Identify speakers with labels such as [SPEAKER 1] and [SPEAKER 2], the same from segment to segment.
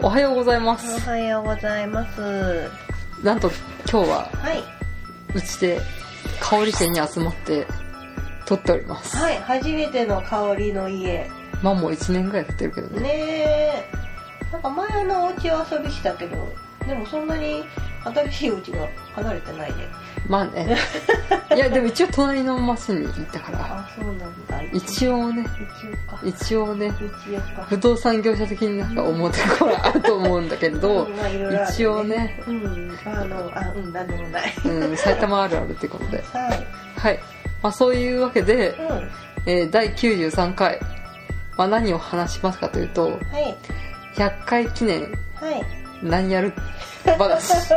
[SPEAKER 1] おはようございま
[SPEAKER 2] お
[SPEAKER 1] す。
[SPEAKER 2] はようございます。は。
[SPEAKER 1] なんと今日はいうちで香り店に集まって撮っております。
[SPEAKER 2] はい。初めての香りの家。
[SPEAKER 1] まあもう1年ぐらいやってるけどね。
[SPEAKER 2] ねえ。なんか前あのお家を遊びしたけど、でもそんなに新しいお家が離れてないね。
[SPEAKER 1] まあ ね。いやでも一応隣の町に行ったから、
[SPEAKER 2] あ、そうなんだ。
[SPEAKER 1] 一応ね、
[SPEAKER 2] 応か。
[SPEAKER 1] 一応ね、
[SPEAKER 2] 一応か。
[SPEAKER 1] 不動産業者的になんか思ってこらあると思うんだけど、
[SPEAKER 2] まあいろいろある
[SPEAKER 1] 一応ね。
[SPEAKER 2] うん。あの、あ、うん、なんでもない。
[SPEAKER 1] うん、埼玉あるあるってことで。
[SPEAKER 2] はい。
[SPEAKER 1] はい。まあそういうわけで、
[SPEAKER 2] うん。は
[SPEAKER 1] えー第93回、まあ何を話しますかというと、
[SPEAKER 2] い。
[SPEAKER 1] 100回記念
[SPEAKER 2] はい。
[SPEAKER 1] 何やる 話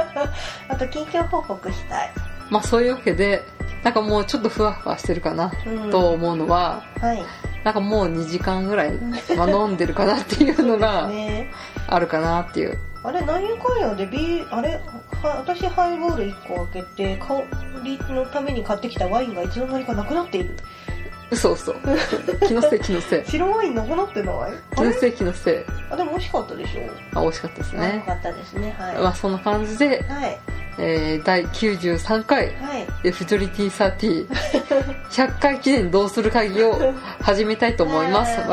[SPEAKER 2] あと、近況報告したい。
[SPEAKER 1] まあそういうわけでなんかもうちょっとふわふわしてるかな
[SPEAKER 2] うん
[SPEAKER 1] と思うのは、
[SPEAKER 2] はい。
[SPEAKER 1] なんかもう2時間ぐらい、まあ、飲んでるかなっていうのが
[SPEAKER 2] ね
[SPEAKER 1] あるかなっていう
[SPEAKER 2] あれ何やかんやでビーあれは私ハイボール1個開けて香りのために買ってきたワインがいつの間にかなくなっている
[SPEAKER 1] 嘘嘘気のせい気のせい
[SPEAKER 2] 白ワインなくなってない
[SPEAKER 1] 気
[SPEAKER 2] あ
[SPEAKER 1] の
[SPEAKER 2] れ
[SPEAKER 1] せい気のせい
[SPEAKER 2] あでも美味しかったでしょ
[SPEAKER 1] あ美味しかったです
[SPEAKER 2] あよ
[SPEAKER 1] ね
[SPEAKER 2] かったですねはい
[SPEAKER 1] まあそんな感じで、
[SPEAKER 2] はい
[SPEAKER 1] えー、第93回
[SPEAKER 2] はい
[SPEAKER 1] えフジョリティサーティ100回記念どうする会議を始めたいと思いますわ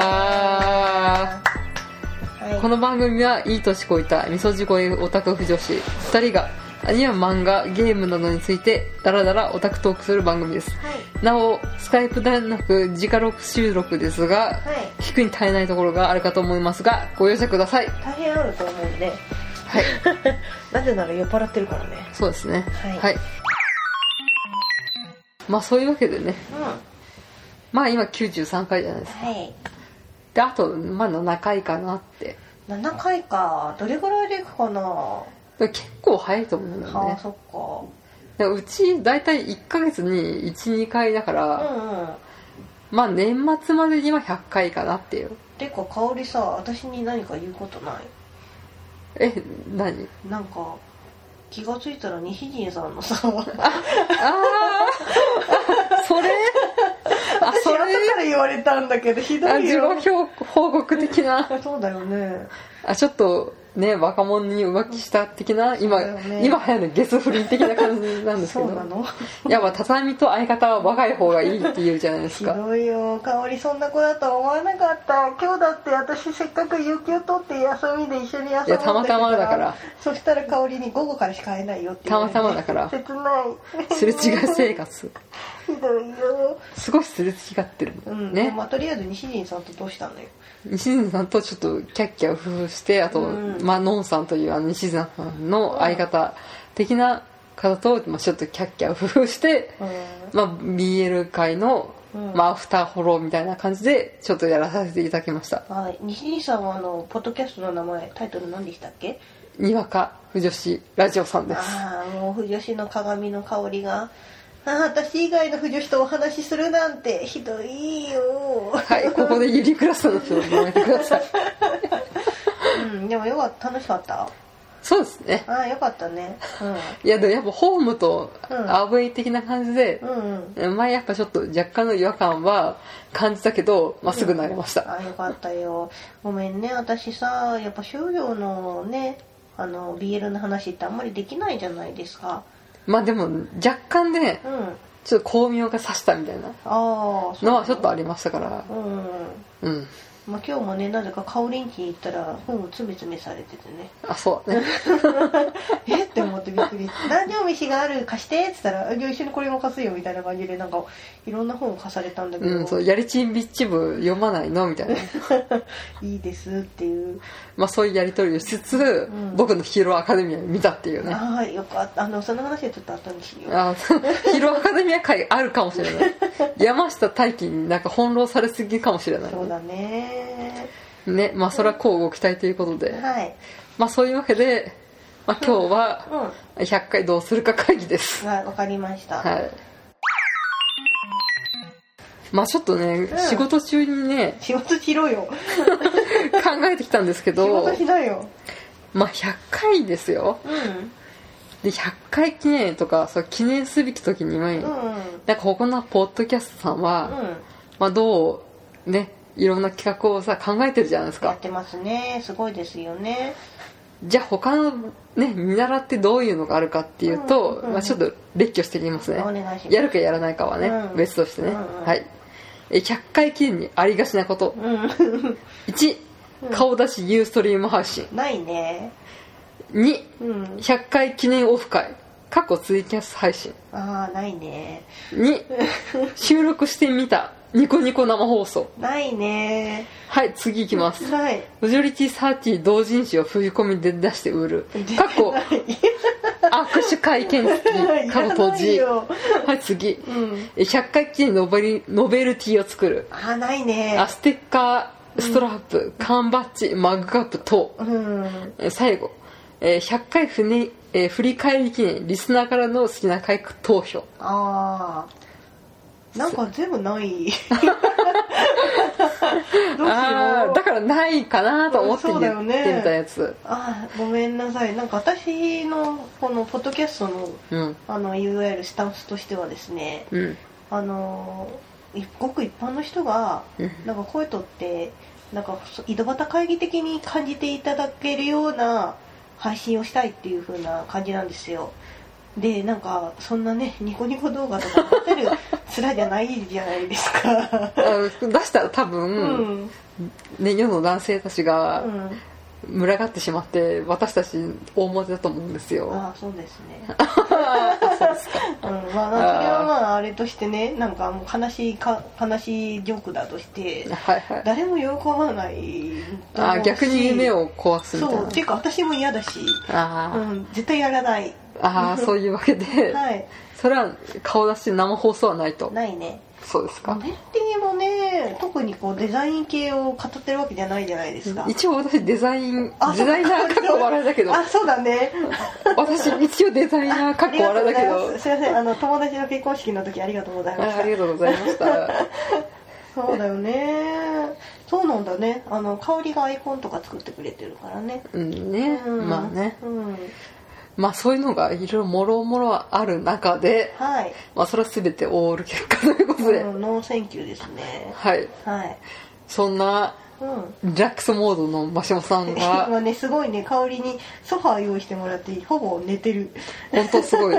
[SPEAKER 1] ー
[SPEAKER 2] はい
[SPEAKER 1] この番組はいい年こいた味噌地声オタク婦女子2人がアニメ漫画ゲームなどについてダラダラオタクトークする番組です
[SPEAKER 2] はい
[SPEAKER 1] なおスカイプではなく直録収録ですが
[SPEAKER 2] はい
[SPEAKER 1] 聞くに耐えないところがあるかと思いますがご容赦ください
[SPEAKER 2] 大変あると思うんで
[SPEAKER 1] はい
[SPEAKER 2] なぜなら酔っ払ってるからね
[SPEAKER 1] そうですね
[SPEAKER 2] はい
[SPEAKER 1] まあそういうわけでね
[SPEAKER 2] うんは
[SPEAKER 1] まあ今93回じゃないですか
[SPEAKER 2] い
[SPEAKER 1] であとまあ7回かなって
[SPEAKER 2] 7回かどれぐらいでいくかな、
[SPEAKER 1] でも結構早いと思うんだよ
[SPEAKER 2] はあ
[SPEAKER 1] ね
[SPEAKER 2] そっか
[SPEAKER 1] でうち大体1ヶ月に12回だから、
[SPEAKER 2] うんうん
[SPEAKER 1] まあ年末までには100回かなっていう。
[SPEAKER 2] てか香りさ私に何か言うことない
[SPEAKER 1] え、 何
[SPEAKER 2] なんか気がついたら西陣さんのさ
[SPEAKER 1] ああそれあ、
[SPEAKER 2] 私
[SPEAKER 1] そ
[SPEAKER 2] 後
[SPEAKER 1] れ
[SPEAKER 2] から言われたんだけどひど
[SPEAKER 1] あ、
[SPEAKER 2] い
[SPEAKER 1] 自
[SPEAKER 2] よ
[SPEAKER 1] 己報告的な。
[SPEAKER 2] そうだよね
[SPEAKER 1] あ、ちょっとね、若者に浮気した的な、今、
[SPEAKER 2] そうだよね
[SPEAKER 1] 今流行るゲス不倫的な感じなんですけ
[SPEAKER 2] そ
[SPEAKER 1] ど。
[SPEAKER 2] うなの
[SPEAKER 1] やっぱ畳と相方は若い方がいいって言うじゃないです
[SPEAKER 2] ひ
[SPEAKER 1] か。
[SPEAKER 2] どいよ香りそんな子だとは思わなかった今日だって私せっかく有給取って休みで一緒に遊んでた
[SPEAKER 1] いや、たまたまだから、
[SPEAKER 2] そしたら香りに午後からしか会えないよって
[SPEAKER 1] たまたまだから、
[SPEAKER 2] 切ない
[SPEAKER 1] すれ違い生活。
[SPEAKER 2] ひどいよ、
[SPEAKER 1] すごいすれ違ってる
[SPEAKER 2] う
[SPEAKER 1] もん
[SPEAKER 2] ん
[SPEAKER 1] ね。
[SPEAKER 2] まあ、とりあえず西陣さんとどうしたんだよ
[SPEAKER 1] 西津さんとちょっとキャッキャウフフしてあと、
[SPEAKER 2] うん
[SPEAKER 1] まあのんさんというあの西津さんの相方的な方と、まあ、ちょっとキャッキャウフフして、
[SPEAKER 2] う
[SPEAKER 1] まあ、BL 界の、
[SPEAKER 2] うん
[SPEAKER 1] まあ、アフターフォローみたいな感じでちょっとやらさせていただきました
[SPEAKER 2] んはい西陣さんはあのポッドキャストの名前タイトル何でしたっけ
[SPEAKER 1] にわか不女子ラジオさんです
[SPEAKER 2] ああもう不女子の鏡の香りがあー私以外の不女子とお話しするなんてひどいよ、
[SPEAKER 1] はいここでユリクラスの人を止めてく ださい
[SPEAKER 2] うん、でもよかった楽しかった
[SPEAKER 1] そうですね
[SPEAKER 2] ああよかったね、
[SPEAKER 1] いやでもやっぱホームと
[SPEAKER 2] うん
[SPEAKER 1] アウェイ的な感じで
[SPEAKER 2] うん、、うんうん
[SPEAKER 1] 前やっぱちょっと若干の違和感は感じたけど、まあ、すぐ慣れました、
[SPEAKER 2] あーよかったよごめんね私さやっぱ修行のねあの BL の話ってあんまりできないじゃないですか
[SPEAKER 1] まあでも若干ね
[SPEAKER 2] うんあ
[SPEAKER 1] ちょっと巧妙がさしたみたいな
[SPEAKER 2] あ
[SPEAKER 1] のはちょっとあ
[SPEAKER 2] り
[SPEAKER 1] りましたから
[SPEAKER 2] うん
[SPEAKER 1] うん
[SPEAKER 2] まあ、今日もねなぜか香りんちに行ったら本をつめつめされててね
[SPEAKER 1] あそうだね
[SPEAKER 2] えって思ってびっくりして「何でも飯がある貸して」っつったらあ「じゃあ一緒にこれも貸すよ」みたいな感じでなんかいろんな本を貸されたんだけど「
[SPEAKER 1] うんそうやりちんビッチ部読まないのみたいな い
[SPEAKER 2] いです」っていう、
[SPEAKER 1] まあそういうやり取りをしつつ、
[SPEAKER 2] ん
[SPEAKER 1] 僕のヒーローアカデミア見たっていうね
[SPEAKER 2] ああよかったあのその話はちょっと後にしよう
[SPEAKER 1] あヒーローアカデミア会あるかもし れない山下大輝になんか翻弄されすぎかもしれない
[SPEAKER 2] そうだね
[SPEAKER 1] ねまあそれはこうご期待ということで
[SPEAKER 2] はい
[SPEAKER 1] まあそういうわけで、まあ、今日は
[SPEAKER 2] う
[SPEAKER 1] 100回どうするか会議です
[SPEAKER 2] んはいわかりました、
[SPEAKER 1] はい。まあちょっとね、
[SPEAKER 2] ん
[SPEAKER 1] 仕事中にね、
[SPEAKER 2] 仕事しろよ
[SPEAKER 1] 考えてきたんですけ
[SPEAKER 2] 仕
[SPEAKER 1] ど
[SPEAKER 2] 事、しなよ
[SPEAKER 1] まあ100回ですよ。
[SPEAKER 2] うん
[SPEAKER 1] で100回記念とかそう記念すべき時に前に、
[SPEAKER 2] うんうん
[SPEAKER 1] なんかここのポッドキャストさんは、まあ、どうねいろんな企画をさ考えてるじゃないです
[SPEAKER 2] や
[SPEAKER 1] か
[SPEAKER 2] ってますねすごいですよね
[SPEAKER 1] じゃあ他のね見習ってどういうのがあるかっていうと、
[SPEAKER 2] うんうんうん
[SPEAKER 1] まあ、ちょっと列挙してみます
[SPEAKER 2] お
[SPEAKER 1] ね
[SPEAKER 2] 願いします
[SPEAKER 1] やるかやらないかはね、
[SPEAKER 2] うん
[SPEAKER 1] 別として
[SPEAKER 2] う
[SPEAKER 1] ね、
[SPEAKER 2] んうん
[SPEAKER 1] はいえ100回記念にありがちなこと
[SPEAKER 2] うん
[SPEAKER 1] 1
[SPEAKER 2] うん
[SPEAKER 1] 顔出しユーストリーム配信
[SPEAKER 2] ないね
[SPEAKER 1] 2
[SPEAKER 2] うん
[SPEAKER 1] 100回記念オフ会過去ツイキャス配信
[SPEAKER 2] ああないね
[SPEAKER 1] 2収録してみたニコニコ生放送
[SPEAKER 2] ないね
[SPEAKER 1] はい次い きます
[SPEAKER 2] ない
[SPEAKER 1] マジョリティサーティ同人誌を封じ込みで出して売る過去握手会見付
[SPEAKER 2] ない
[SPEAKER 1] き過去閉
[SPEAKER 2] い
[SPEAKER 1] じ
[SPEAKER 2] らないよ
[SPEAKER 1] はい次
[SPEAKER 2] うん
[SPEAKER 1] え100回記念ノベリノベルティを作る
[SPEAKER 2] あーないね
[SPEAKER 1] あステッカーストラップ缶バッジマグカップ等
[SPEAKER 2] うん
[SPEAKER 1] えー最後、えー100回ふね、えー振り返り記念リスナーからの好きな回投票
[SPEAKER 2] ああなんか全部 ないどうしよう
[SPEAKER 1] ああだからないかなと思って
[SPEAKER 2] うんそうだ
[SPEAKER 1] 言
[SPEAKER 2] よ
[SPEAKER 1] っ
[SPEAKER 2] ね
[SPEAKER 1] てみたやつ
[SPEAKER 2] あーごめんなさいなんか私のこのポッドキャストの
[SPEAKER 1] うん
[SPEAKER 2] あのいわゆるスタンスとしてはですね
[SPEAKER 1] うん
[SPEAKER 2] あのいごく一般の人が
[SPEAKER 1] うん
[SPEAKER 2] なんか声とってなんかそ井戸端会議的に感じていただけるような配信をしたいっていう風な感じなんですよでなんかそんなねニコニコ動画とか出 てる面じゃないじゃないですか
[SPEAKER 1] あの出したら多
[SPEAKER 2] う
[SPEAKER 1] 分、
[SPEAKER 2] ん
[SPEAKER 1] ね、世の男性たち
[SPEAKER 2] う
[SPEAKER 1] が
[SPEAKER 2] ん
[SPEAKER 1] 群がってしまって私たち大表だと思うんですよ
[SPEAKER 2] ああ そうですね
[SPEAKER 1] そうですか
[SPEAKER 2] うんまあ、それはまああれとしてねなんかもう悲しいか悲しいジョークだとして
[SPEAKER 1] はいはい
[SPEAKER 2] 誰も喜ばないと思う
[SPEAKER 1] あ
[SPEAKER 2] し
[SPEAKER 1] 逆に夢を壊すみたい
[SPEAKER 2] そう
[SPEAKER 1] な
[SPEAKER 2] っていうか私も嫌だし、う
[SPEAKER 1] あ
[SPEAKER 2] ん、絶対やらない
[SPEAKER 1] ーあ ーそういうわけで
[SPEAKER 2] はい
[SPEAKER 1] それは顔出し生放送はないと
[SPEAKER 2] ないね
[SPEAKER 1] そうです
[SPEAKER 2] コ
[SPEAKER 1] か
[SPEAKER 2] メンティもね特にこうデザイン系を語ってるわけじゃないじゃないですか
[SPEAKER 1] 一応私デザイン
[SPEAKER 2] あ
[SPEAKER 1] デザイナーかっこ笑いだ けど
[SPEAKER 2] あそうだね
[SPEAKER 1] 私一応デザイナーかっこ笑いだけ
[SPEAKER 2] ありがとうござい
[SPEAKER 1] ど
[SPEAKER 2] ますすいませんあの友達の結婚式の時ありがとうございまし
[SPEAKER 1] あ
[SPEAKER 2] た
[SPEAKER 1] ありがとうございました
[SPEAKER 2] そうだよねそうなんだねあの香りがアイコンとか作ってくれてるからね
[SPEAKER 1] うんね
[SPEAKER 2] うん
[SPEAKER 1] まあね
[SPEAKER 2] うん
[SPEAKER 1] まあそういうのがいろいろもろもろある中で
[SPEAKER 2] はい、
[SPEAKER 1] まあそれは全てオール結果ということで
[SPEAKER 2] うんノーセンキューですね
[SPEAKER 1] はい
[SPEAKER 2] はい、
[SPEAKER 1] そんな
[SPEAKER 2] うん、
[SPEAKER 1] リラックスモードのマシモさんが
[SPEAKER 2] 今ねすごいね香りにソファー用意してもらってほぼ寝て る
[SPEAKER 1] 本当すご い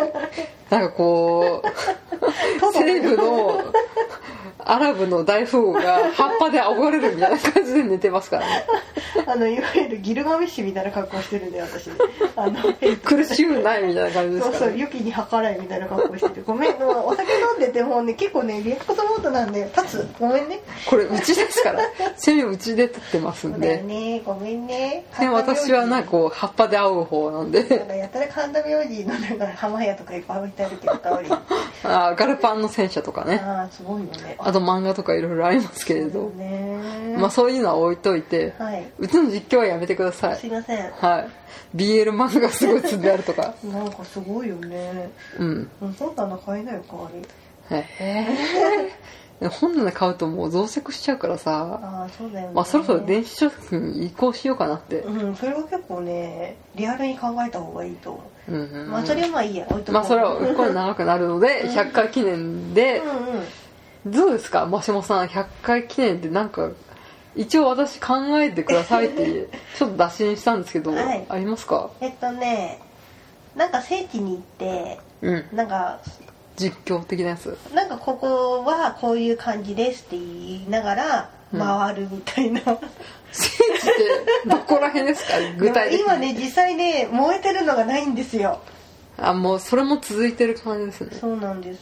[SPEAKER 1] なんかこう西部のアラブの大富豪が葉っぱで憧れるみたいな感じで寝てますか らね
[SPEAKER 2] あのいわゆるギルガメッシュみたいな格好してるんで私あの
[SPEAKER 1] 苦しゅうないみたいな感じで
[SPEAKER 2] そ
[SPEAKER 1] す
[SPEAKER 2] う
[SPEAKER 1] か
[SPEAKER 2] そ
[SPEAKER 1] ら
[SPEAKER 2] う
[SPEAKER 1] ね
[SPEAKER 2] 良きに計らいみたいな格好してるごめんもうお酒飲んでてもうね結構ねリラックスモードなんで立つごめんね
[SPEAKER 1] これうちですからセミうちで撮ってます
[SPEAKER 2] そうんだよ
[SPEAKER 1] で
[SPEAKER 2] ねごめんね
[SPEAKER 1] で私はな
[SPEAKER 2] か
[SPEAKER 1] んかこう葉っぱで会う方な んで
[SPEAKER 2] やたら神田明神のなんか浜屋とかいっぱい置いてあるけど香り
[SPEAKER 1] あーガルパンの戦車とかね
[SPEAKER 2] ああすごいよね
[SPEAKER 1] あと漫画とかいろいろありますけれ
[SPEAKER 2] そう
[SPEAKER 1] ど
[SPEAKER 2] だよね
[SPEAKER 1] まあそういうのは置いといて
[SPEAKER 2] はい。
[SPEAKER 1] うちの実況はやめてくださ
[SPEAKER 2] す
[SPEAKER 1] い
[SPEAKER 2] いません。
[SPEAKER 1] はい、BL 漫画がすごい積んであるとか
[SPEAKER 2] なんかすごいよね。
[SPEAKER 1] うん
[SPEAKER 2] うん本棚買えないよ代わり。
[SPEAKER 1] へえ本棚買うともう増殖しちゃうからさ、
[SPEAKER 2] ああそうだよね。
[SPEAKER 1] まあ、そろそろ電子書籍に移行しようかなって、
[SPEAKER 2] うんそれは結構ねリアルに考えた方がいいと思
[SPEAKER 1] うんう
[SPEAKER 2] う。
[SPEAKER 1] ん
[SPEAKER 2] まあそれはまあいいや置いとこう。
[SPEAKER 1] まあそれはこれ長くなるので100回記念で
[SPEAKER 2] うんうん。
[SPEAKER 1] どうですかマシモさん100回記念ってなんか一応私考えてくださ いってちょっと打診したんですけど、
[SPEAKER 2] はい
[SPEAKER 1] ありますか
[SPEAKER 2] えっとねなんか聖地に行って
[SPEAKER 1] うん
[SPEAKER 2] なんか
[SPEAKER 1] 実況的なやつ
[SPEAKER 2] なんかここはこういう感じですって言いながら
[SPEAKER 1] うん
[SPEAKER 2] 回るみたいな、
[SPEAKER 1] 聖地ってどこら辺で すか具体的
[SPEAKER 2] で
[SPEAKER 1] に
[SPEAKER 2] も今ね実際ね燃えてるのがないんですよ
[SPEAKER 1] あもうそれも続いてる感じですね
[SPEAKER 2] そうなんです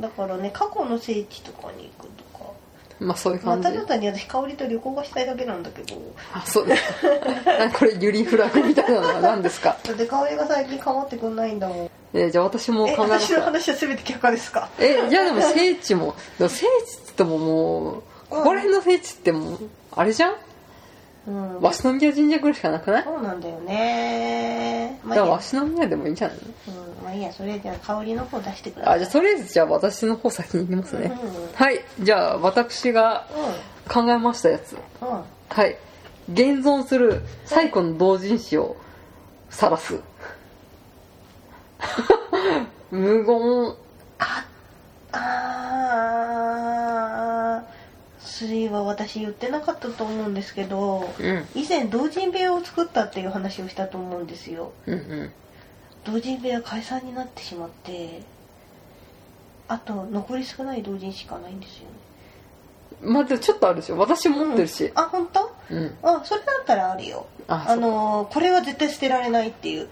[SPEAKER 2] だからね過去の聖地とかに行くとか
[SPEAKER 1] まあそういう
[SPEAKER 2] ま
[SPEAKER 1] 感じ
[SPEAKER 2] たたに私香りと旅行がしたいだけなんだけど
[SPEAKER 1] あそ うですかなんかこれユリフラグみたいなのは何ですか、
[SPEAKER 2] だって香りが最近構ってくんないんだもん
[SPEAKER 1] えーじゃあ私も
[SPEAKER 2] え
[SPEAKER 1] 考えま
[SPEAKER 2] 私
[SPEAKER 1] し
[SPEAKER 2] の
[SPEAKER 1] た
[SPEAKER 2] 話は全て却下ですか
[SPEAKER 1] えじゃあでも聖地もでも聖地って言ってももうここら辺の聖地ってもうあれじゃん
[SPEAKER 2] うん
[SPEAKER 1] 鷲宮神社ぐらいしかなくない
[SPEAKER 2] そうなんだよねま
[SPEAKER 1] だ
[SPEAKER 2] あいいや、
[SPEAKER 1] から鷲宮でもいいんじゃない
[SPEAKER 2] うんまあ、いいやそれじゃあ香りの方出してください
[SPEAKER 1] あじゃあとりあえずじゃあ私の方先に行きますね、
[SPEAKER 2] うんうん
[SPEAKER 1] はいじゃあ私が考えましたやつ
[SPEAKER 2] うんうん
[SPEAKER 1] はい現存する最古の同人誌を晒す 無言
[SPEAKER 2] ああー3は私言ってなかったと思うんですけど
[SPEAKER 1] うん
[SPEAKER 2] 以前同人部屋を作ったっていう話をしたと思うんですよ
[SPEAKER 1] うんうん
[SPEAKER 2] 同人部屋解散になってしまってあと残り少ない同人しかないんですよね
[SPEAKER 1] まあでもちょっとあるでしょ私持ってるし
[SPEAKER 2] あ本当？
[SPEAKER 1] うん、
[SPEAKER 2] あそれだったらあるよ
[SPEAKER 1] あ
[SPEAKER 2] あのーこれは絶対捨てられないっていう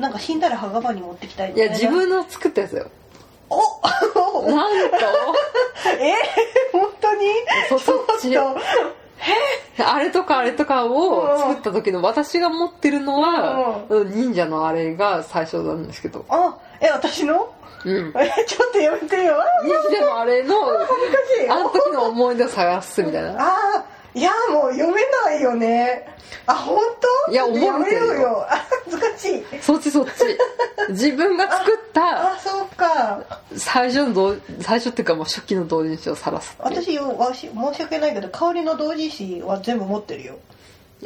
[SPEAKER 2] なんか死んだら墓場に持ってきたい
[SPEAKER 1] そう
[SPEAKER 2] み
[SPEAKER 1] い
[SPEAKER 2] たな
[SPEAKER 1] や自分の作ったやつだよ
[SPEAKER 2] お
[SPEAKER 1] なんと
[SPEAKER 2] え 本当に
[SPEAKER 1] そそっち
[SPEAKER 2] ちょっと
[SPEAKER 1] あれとかあれとかを作った時の私が持ってるのは忍者のあれが最初なんですけど、
[SPEAKER 2] あえ私の
[SPEAKER 1] うん、
[SPEAKER 2] えちょっとやめてよあ
[SPEAKER 1] 忍者のあれの
[SPEAKER 2] 恥ずかしい
[SPEAKER 1] あの時の思い出を探すみたいな
[SPEAKER 2] あーいやもう読めないよねあ本当
[SPEAKER 1] いや
[SPEAKER 2] ちょっとやめよ
[SPEAKER 1] 覚えて
[SPEAKER 2] う
[SPEAKER 1] る
[SPEAKER 2] よあ恥ずかしい
[SPEAKER 1] そっちそっち自分が作った
[SPEAKER 2] あそうか
[SPEAKER 1] 最初の同最初っていうかもう初期の同人誌を晒すっていう
[SPEAKER 2] 私よわし申し訳ないけど香りの同人誌は全部持ってるよ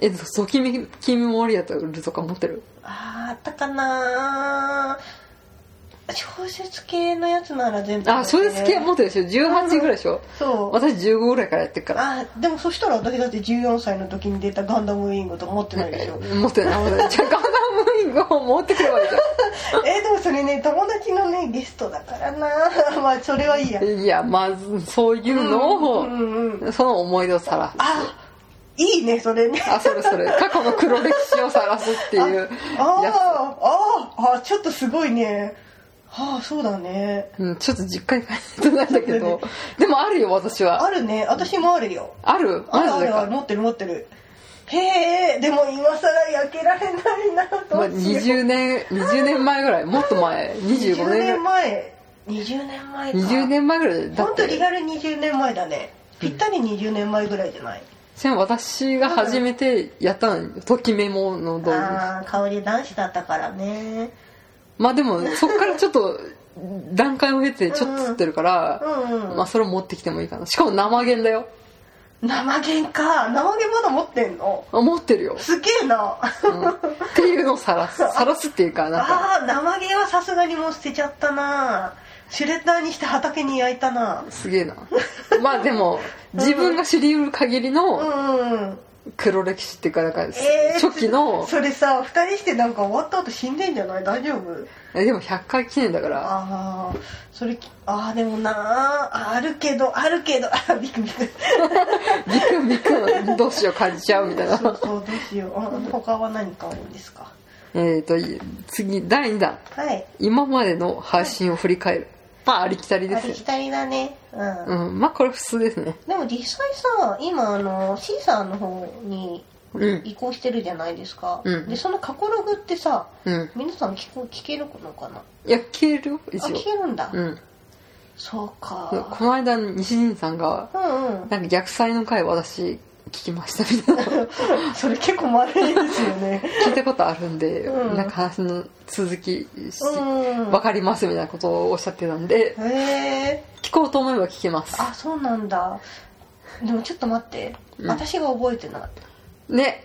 [SPEAKER 1] えっと君君もリアとルとか持ってる
[SPEAKER 2] あーあったかな小説系のやつなら全部
[SPEAKER 1] あ小説系
[SPEAKER 2] も
[SPEAKER 1] 持ってるでしょ18ぐらいでしょ
[SPEAKER 2] そう
[SPEAKER 1] 私15ぐらいからやってるから
[SPEAKER 2] あでもそしたら私だって14歳の時に出たガンダムウィングとか持ってない でしょ
[SPEAKER 1] 持ってない持ってないじゃあガンダムウィングを持ってくればいいじゃん
[SPEAKER 2] えでもそれね友達のねゲストだからな まあそれはいいや
[SPEAKER 1] いやまずそういうの
[SPEAKER 2] う
[SPEAKER 1] を、
[SPEAKER 2] んうんうん、
[SPEAKER 1] その思い出をさらす
[SPEAKER 2] あいいねそ れね
[SPEAKER 1] あそれそれ過去の黒歴史をさらすっていうや
[SPEAKER 2] ああああちょっとすごいねはあそうだね
[SPEAKER 1] つ、うん、ちょっと実家に帰ってないんだ けどでもあるよ私は
[SPEAKER 2] あるね私もあるよ
[SPEAKER 1] ある
[SPEAKER 2] あ
[SPEAKER 1] マ
[SPEAKER 2] る
[SPEAKER 1] ジ
[SPEAKER 2] あ
[SPEAKER 1] で
[SPEAKER 2] るあ
[SPEAKER 1] か
[SPEAKER 2] る持ってる持ってるへえでも今更焼けられないなと
[SPEAKER 1] まあ、
[SPEAKER 2] 思って
[SPEAKER 1] 20年20年前ぐらいもっと前25
[SPEAKER 2] 20
[SPEAKER 1] 年
[SPEAKER 2] 年前20年前か
[SPEAKER 1] 20年前ぐらいだ
[SPEAKER 2] ほ
[SPEAKER 1] っ
[SPEAKER 2] んとリ
[SPEAKER 1] て
[SPEAKER 2] アル20年前だねぴったり20年前ぐらいじゃない、
[SPEAKER 1] じゃあ私が初めてやったのよときメモの動画
[SPEAKER 2] ああ香り男子だったからね
[SPEAKER 1] まあでもそっからちょっと段階を経てちょっと吸ってるから、
[SPEAKER 2] うんうん、
[SPEAKER 1] まあそれを持ってきてもいいかなしかも生弦だよ
[SPEAKER 2] 生弦か生弦まだ持ってんの
[SPEAKER 1] あ持ってるよ
[SPEAKER 2] すげえな
[SPEAKER 1] うんっていうのをさ らすさらすっていうかなんか
[SPEAKER 2] ああー生毛はさすがにもう捨てちゃったなシュレッダーにして畑に焼いたな
[SPEAKER 1] すげえなまあでも自分が知り得る限り
[SPEAKER 2] う
[SPEAKER 1] の
[SPEAKER 2] ん
[SPEAKER 1] 黒歴史っていうかなんか
[SPEAKER 2] えー
[SPEAKER 1] 初期の
[SPEAKER 2] それさ2人してなんか終わった後死んでんじゃない大丈夫
[SPEAKER 1] えでも100回記念だから
[SPEAKER 2] ああそれきああでもなああるけどあるけどあービクビク
[SPEAKER 1] ビクンビクンどうしよう感じちゃうみたい
[SPEAKER 2] そう
[SPEAKER 1] な
[SPEAKER 2] そうどうしようあ他は何かあるんですか
[SPEAKER 1] えっと次第2弾
[SPEAKER 2] はい
[SPEAKER 1] 今までの配信を振り返るまあありきたりで
[SPEAKER 2] あ
[SPEAKER 1] す
[SPEAKER 2] り
[SPEAKER 1] よ
[SPEAKER 2] きたりだねうん
[SPEAKER 1] うんまあこれ普通ですね
[SPEAKER 2] でも実際さ今あのシーサーの方に
[SPEAKER 1] うん
[SPEAKER 2] 移行してるじゃないですか、
[SPEAKER 1] うん
[SPEAKER 2] でその過去ログってさ
[SPEAKER 1] うん
[SPEAKER 2] 皆さん聞こ聞けるのかなあ
[SPEAKER 1] いや消えるよ一応
[SPEAKER 2] 聞けるんだ、
[SPEAKER 1] うん
[SPEAKER 2] そうか
[SPEAKER 1] この間西陣さんが
[SPEAKER 2] うんうん
[SPEAKER 1] なんか逆祭の回私聞きましたみた いな
[SPEAKER 2] それ結構まれですよね
[SPEAKER 1] 聞いたことあるんで、
[SPEAKER 2] うん
[SPEAKER 1] なんか話の続きし、
[SPEAKER 2] うん
[SPEAKER 1] わかりますみたいなことをおっしゃってたんで
[SPEAKER 2] へえ
[SPEAKER 1] 聞こうと思えば聞けます
[SPEAKER 2] あそうなんだでもちょっと待って、
[SPEAKER 1] うん
[SPEAKER 2] 私が覚えてない
[SPEAKER 1] ね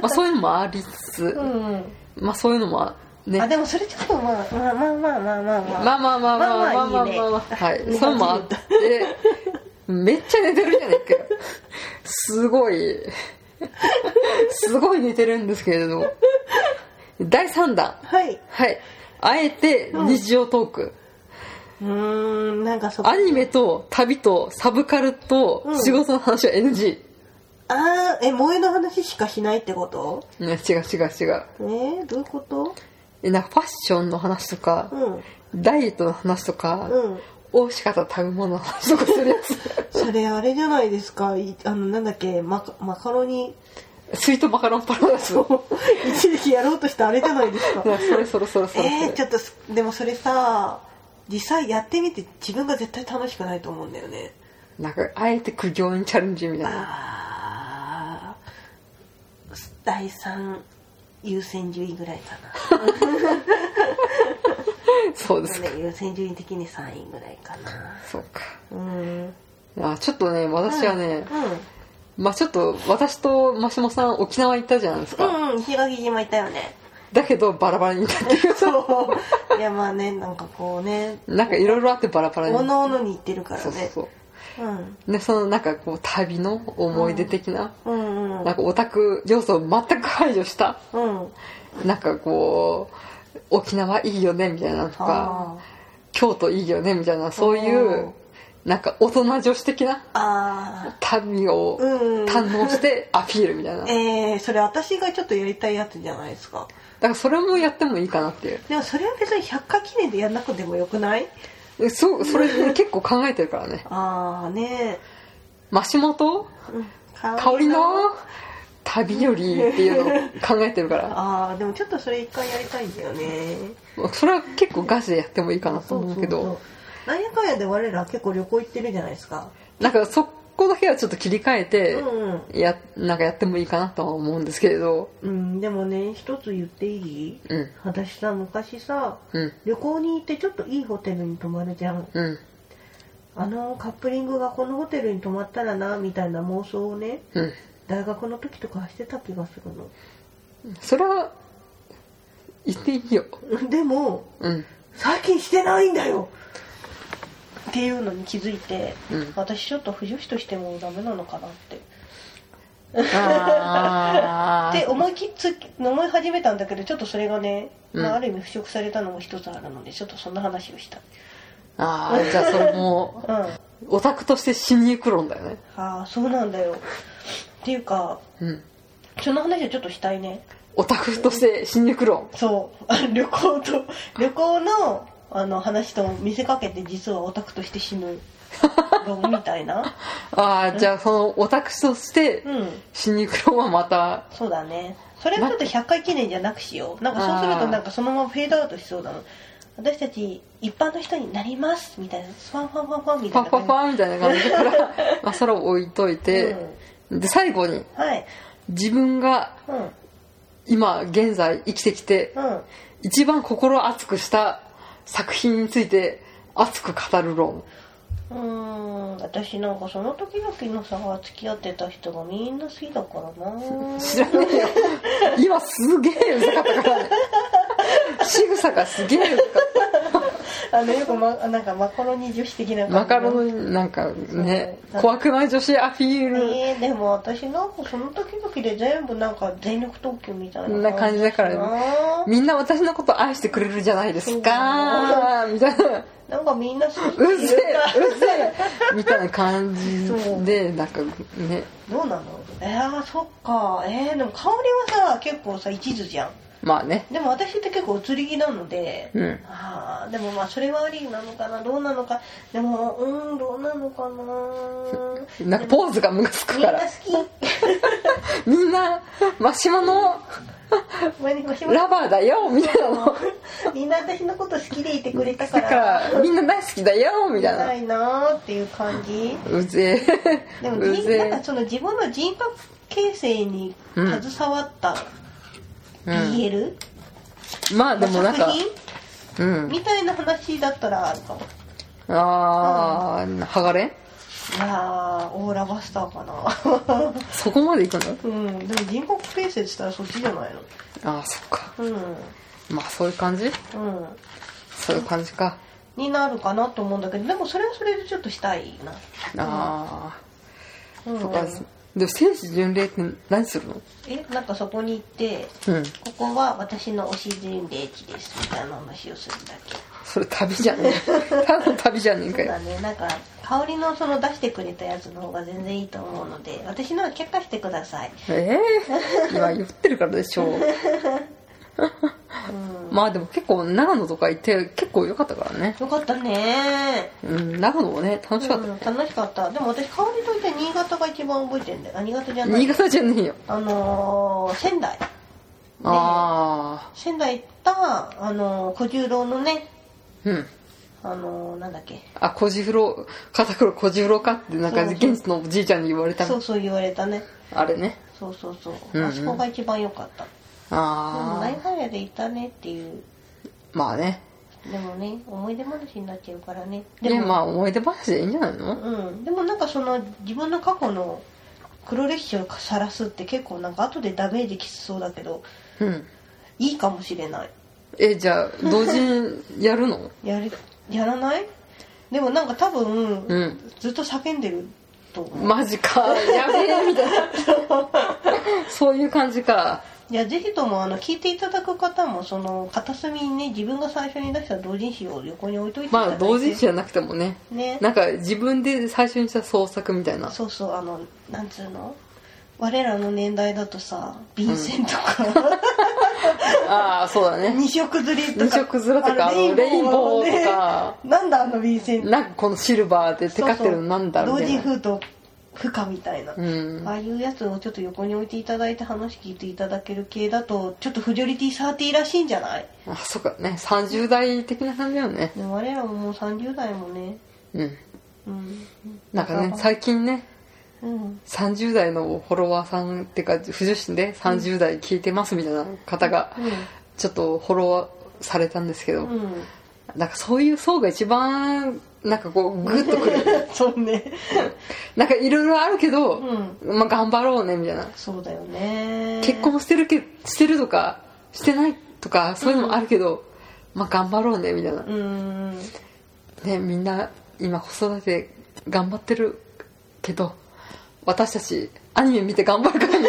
[SPEAKER 1] まあそういうのもありつつ
[SPEAKER 2] う、んうん
[SPEAKER 1] まあそういうのもね
[SPEAKER 2] あでもそれちょっとまあまあまあまあまあまあまあ、
[SPEAKER 1] まあまあまあまあまあまあまあまあ、
[SPEAKER 2] まあまあいいね
[SPEAKER 1] はい
[SPEAKER 2] ね
[SPEAKER 1] そういうのもあってめっちゃ寝てるじゃないかよすごいすごい寝てるんですけれども第3弾
[SPEAKER 2] はい
[SPEAKER 1] はいあえて日常トーク、
[SPEAKER 2] うーんなんかそこ
[SPEAKER 1] アニメと旅とサブカルと
[SPEAKER 2] うん
[SPEAKER 1] 仕事の話は NG、
[SPEAKER 2] あーえ萌えの話しかしないってこと
[SPEAKER 1] ね、違う違う違
[SPEAKER 2] え
[SPEAKER 1] う
[SPEAKER 2] ー、どういうこと
[SPEAKER 1] えなんかファッションの話とか
[SPEAKER 2] う、ん
[SPEAKER 1] ダイエットの話とか、
[SPEAKER 2] うん
[SPEAKER 1] 美味しかった食べ 物の話とかするやつ
[SPEAKER 2] それあれじゃないですかいあのなんだっけマカマカロニ
[SPEAKER 1] スイートマカロンパラダイスを
[SPEAKER 2] 一時期やろうとしたあれじゃないですか
[SPEAKER 1] それそれそれそれそれ、
[SPEAKER 2] えー、ちょっとすでもそれさ実際やってみて自分が絶対楽しくないと思うんだよね
[SPEAKER 1] なんかあえて苦行にチャレンジみたいな
[SPEAKER 2] あー第3優先順位ぐらいか
[SPEAKER 1] そうで
[SPEAKER 2] な、
[SPEAKER 1] すか
[SPEAKER 2] ね、優先順位的に3位ぐらいかな
[SPEAKER 1] そうか
[SPEAKER 2] うん
[SPEAKER 1] あちょっとね私はね、
[SPEAKER 2] う
[SPEAKER 1] まあちょっと私とマシモさん沖縄行ったじゃないですか、
[SPEAKER 2] んうん石垣島行ったよね
[SPEAKER 1] だけどバラバラになってる
[SPEAKER 2] そういやまあねなんかこうね
[SPEAKER 1] なんかいろいろあってバラバラに
[SPEAKER 2] おのおのに行ってるからね
[SPEAKER 1] そうそうそう
[SPEAKER 2] うん
[SPEAKER 1] でそのなんかこう旅の思い出的な、
[SPEAKER 2] うんうん
[SPEAKER 1] なんかオタク要素を全く排除した
[SPEAKER 2] うん
[SPEAKER 1] なんかこう沖縄いいよねみたいなのとか
[SPEAKER 2] あ
[SPEAKER 1] 京都いいよねみたいなそういう
[SPEAKER 2] おー
[SPEAKER 1] なんか大人女子的な
[SPEAKER 2] ーあ
[SPEAKER 1] 旅を
[SPEAKER 2] ーうん
[SPEAKER 1] 堪能してアピールみたいな、だか
[SPEAKER 2] えー、それ私がちょっとやりたいやつじゃないですから
[SPEAKER 1] それもやってもいいかなっていう
[SPEAKER 2] でもそれは別に百科記念でやんなくてもよくない
[SPEAKER 1] えそうそれ 結構考えてるからね
[SPEAKER 2] ああね
[SPEAKER 1] マシモト
[SPEAKER 2] うん
[SPEAKER 1] 香りの旅よりっていうのを考えてるから
[SPEAKER 2] ああでもちょっとそれ一回やりたいんだよね
[SPEAKER 1] それは結構ガチでやってもいいかなと思う
[SPEAKER 2] そ
[SPEAKER 1] け
[SPEAKER 2] うそう
[SPEAKER 1] ど
[SPEAKER 2] そうなんやかんやで我ら結構旅行行ってるじゃないですか
[SPEAKER 1] なんかそこだけはちょっと切り替え
[SPEAKER 2] う
[SPEAKER 1] て
[SPEAKER 2] んうん、
[SPEAKER 1] やなんかやってもいいかなとは思うんですけれど
[SPEAKER 2] うん、でもね一つ言っていい
[SPEAKER 1] うん
[SPEAKER 2] 私さ昔さ
[SPEAKER 1] うん
[SPEAKER 2] 旅行に行ってちょっといいホテルに泊まるじゃん
[SPEAKER 1] うん
[SPEAKER 2] あのカップリングがこのホテルに泊まったらなみたいな妄想をね
[SPEAKER 1] うん
[SPEAKER 2] 大学の時とかしてた気がするの
[SPEAKER 1] それは言っていいよ
[SPEAKER 2] でも
[SPEAKER 1] うん
[SPEAKER 2] 最近してないんだよっていうのに気づいて
[SPEAKER 1] うん
[SPEAKER 2] 私ちょっと不女子としてもダメなのかなって
[SPEAKER 1] あ
[SPEAKER 2] で思いきっつ思い始めたんだけどちょっとそれがね、
[SPEAKER 1] うん
[SPEAKER 2] まあ、ある意味払拭されたのも一つあるのでちょっとそんな話をした
[SPEAKER 1] あーじゃあそれも
[SPEAKER 2] うんあ
[SPEAKER 1] オタクとして死に行く論だよね
[SPEAKER 2] あそうなんだよっていうか
[SPEAKER 1] うん
[SPEAKER 2] その話をちょっとしたいね
[SPEAKER 1] オタクとして死に行く論
[SPEAKER 2] そう 旅行と旅行のあの話と見せかけて実はオタクとして死ぬ論みたいな
[SPEAKER 1] ああじゃあそのオタクとして
[SPEAKER 2] うん
[SPEAKER 1] 死に行く論はまた
[SPEAKER 2] そうだねそれはちょっと100回記念じゃなくしようなんかそうするとなんかそのままフェードアウトしそうだもん私たち一般の人になりますみたいなファンファンファンファンみたい
[SPEAKER 1] パン
[SPEAKER 2] な
[SPEAKER 1] パン
[SPEAKER 2] 感
[SPEAKER 1] パンみたいな感じだ からまあそれを置いとい
[SPEAKER 2] じ
[SPEAKER 1] て、で最後に
[SPEAKER 2] うん、はい
[SPEAKER 1] 自分が
[SPEAKER 2] うんうん
[SPEAKER 1] 今現在生きてきて一番心熱くした作品について熱く語る論
[SPEAKER 2] うーん私なんかその時々のさ付き合ってた人がみんな好きだから な
[SPEAKER 1] 知らねえよ今すげえうざかったからね仕草がすげえうざかっ
[SPEAKER 2] あのよく、ま、なんかマカロニ女子的な
[SPEAKER 1] たマカロ
[SPEAKER 2] ニ
[SPEAKER 1] ニなんかね怖くない女子アピー
[SPEAKER 2] えー、でも私なんかその時々で全部なんか全力投球みたい
[SPEAKER 1] ル
[SPEAKER 2] な
[SPEAKER 1] な感じだからね
[SPEAKER 2] な
[SPEAKER 1] みんな私のこと愛してくれるじゃないですかみたいな
[SPEAKER 2] なんかみんな好き
[SPEAKER 1] う
[SPEAKER 2] 言
[SPEAKER 1] ぜえ
[SPEAKER 2] た
[SPEAKER 1] うぜえみたいな感じでなんかね
[SPEAKER 2] どうなのえー、そっかえー、でも香りはさ結構さ一途じゃん
[SPEAKER 1] まあね
[SPEAKER 2] でも私って結構移り気なので、
[SPEAKER 1] うん
[SPEAKER 2] ああでもまあそれはありなのかなどうなのかでもうんどうなのかな
[SPEAKER 1] なんかポーズがムカつく
[SPEAKER 2] みん
[SPEAKER 1] か
[SPEAKER 2] な
[SPEAKER 1] ら
[SPEAKER 2] 好
[SPEAKER 1] みんなマシュマの
[SPEAKER 2] き前にごしま
[SPEAKER 1] ラバーだよみたいなの
[SPEAKER 2] もう みんな私のこと好きでいてくれたか
[SPEAKER 1] だかららみんな大好きだよみたい
[SPEAKER 2] た
[SPEAKER 1] ない
[SPEAKER 2] なーっていう感じ
[SPEAKER 1] うぜえ
[SPEAKER 2] でも
[SPEAKER 1] う
[SPEAKER 2] 人なん
[SPEAKER 1] ぜ
[SPEAKER 2] かその自分の人格形成に携わった
[SPEAKER 1] え、う
[SPEAKER 2] BL
[SPEAKER 1] ん、まあでも
[SPEAKER 2] の
[SPEAKER 1] なん
[SPEAKER 2] 作
[SPEAKER 1] か
[SPEAKER 2] 品
[SPEAKER 1] うん
[SPEAKER 2] みたいな話だったらあるかも
[SPEAKER 1] ああ剥がれ
[SPEAKER 2] いやーオーラバスターか な
[SPEAKER 1] そこまでいくの
[SPEAKER 2] うんでも人格形成って言ったらそっちじゃないの
[SPEAKER 1] ああそっか
[SPEAKER 2] う
[SPEAKER 1] まあそういう感じ
[SPEAKER 2] んうん
[SPEAKER 1] そういう感じか
[SPEAKER 2] になるかなと思うんだけどでもそれはそれでちょっとしたいな
[SPEAKER 1] あ
[SPEAKER 2] うん
[SPEAKER 1] あそっかでも聖子巡礼って何するの
[SPEAKER 2] えなんかそこに行って
[SPEAKER 1] うん
[SPEAKER 2] ここは私の推し巡礼地ですみたいな話をするだけ
[SPEAKER 1] それ旅じゃねえただの旅じゃねえか
[SPEAKER 2] そう
[SPEAKER 1] よ
[SPEAKER 2] だねなんか香りのその出してくれたやつの方が全然いいと思うので私のは却下してください
[SPEAKER 1] ええ今言ってるからでしょう
[SPEAKER 2] うん
[SPEAKER 1] まあでも結構長野とか行って結構良かったからね
[SPEAKER 2] よかったね
[SPEAKER 1] うん長野もね楽しかった
[SPEAKER 2] うん
[SPEAKER 1] よ、
[SPEAKER 2] 楽しかったでも私香りといて新潟が一番覚えてんだよあ新潟じゃない
[SPEAKER 1] 新潟じゃねえよ
[SPEAKER 2] あのー、仙台で
[SPEAKER 1] ああ
[SPEAKER 2] 仙台行った、あのー、小十郎のね
[SPEAKER 1] うん
[SPEAKER 2] あのー、なんだっけ
[SPEAKER 1] あ小次郎片黒小次郎かってなんか
[SPEAKER 2] そうそう
[SPEAKER 1] 現地のおじいちゃんに言われた
[SPEAKER 2] そうそう言われたね
[SPEAKER 1] あれね
[SPEAKER 2] そうそうそう、
[SPEAKER 1] うんうん
[SPEAKER 2] あそこが一番良かったでも
[SPEAKER 1] あ
[SPEAKER 2] 大
[SPEAKER 1] あ
[SPEAKER 2] ハイで行ったねっていう
[SPEAKER 1] まあね
[SPEAKER 2] でもね思い出話になっちゃうからねで
[SPEAKER 1] で
[SPEAKER 2] も
[SPEAKER 1] まあ思い出話でいいんじゃないの
[SPEAKER 2] うん、でもなんかその自分の過去の黒歴史をさらすって結構なんか後でダメージきつそうだけど
[SPEAKER 1] うん
[SPEAKER 2] いいかもしれない
[SPEAKER 1] えじゃあ同時にやるの
[SPEAKER 2] やれやらないでもなんか多分、
[SPEAKER 1] うん
[SPEAKER 2] ずっと叫んでると思う、
[SPEAKER 1] マジかやべえみたい なそういう感じか
[SPEAKER 2] いやぜひともあの聞いていただく方もその片隅にね自分が最初に出した同人誌を横に置いといていただ
[SPEAKER 1] ま
[SPEAKER 2] い
[SPEAKER 1] あ
[SPEAKER 2] て
[SPEAKER 1] 同時じゃなくてもね
[SPEAKER 2] ね
[SPEAKER 1] なんか自分で最初にした創作みたい な
[SPEAKER 2] そうそうあのなんつうの我らの年代だとさ便箋とか、
[SPEAKER 1] ああそうだね
[SPEAKER 2] 二色ずりとか
[SPEAKER 1] 二色面とかあのレインボーとか
[SPEAKER 2] ねなんだあの便箋
[SPEAKER 1] なんかこのシルバーでテカってるのなんだ
[SPEAKER 2] そう
[SPEAKER 1] み
[SPEAKER 2] そう
[SPEAKER 1] た
[SPEAKER 2] 同時封
[SPEAKER 1] いな
[SPEAKER 2] 筒不可みたいな、
[SPEAKER 1] うん
[SPEAKER 2] ああいうやつをちょっと横に置いていただいて話聞いていただける系だとちょっとフジョリティサーティらしいんじゃない
[SPEAKER 1] あそっかね30代的な感じだよね
[SPEAKER 2] でも我らももう30代もね
[SPEAKER 1] うん
[SPEAKER 2] うん
[SPEAKER 1] なんかね
[SPEAKER 2] 半ば
[SPEAKER 1] 最近ね
[SPEAKER 2] うん
[SPEAKER 1] 30代のフォロワーさんっていうか不女子で30代聞いてますみたいな方がちょっとフォロワーされたんですけど、
[SPEAKER 2] うん、うん、
[SPEAKER 1] なんかそういう層が一番なんかこうグッとくる
[SPEAKER 2] そうね
[SPEAKER 1] なんかいろいろあるけど、
[SPEAKER 2] うん
[SPEAKER 1] まあ、頑張ろうねみたいな
[SPEAKER 2] そうだよね
[SPEAKER 1] 結婚してるけしてるとかしてないとかそういうのもあるけど、まあ頑張ろうねみたいな、
[SPEAKER 2] うん
[SPEAKER 1] ねみんな今子育て頑張ってるけど私たちアニメ見て頑張る からね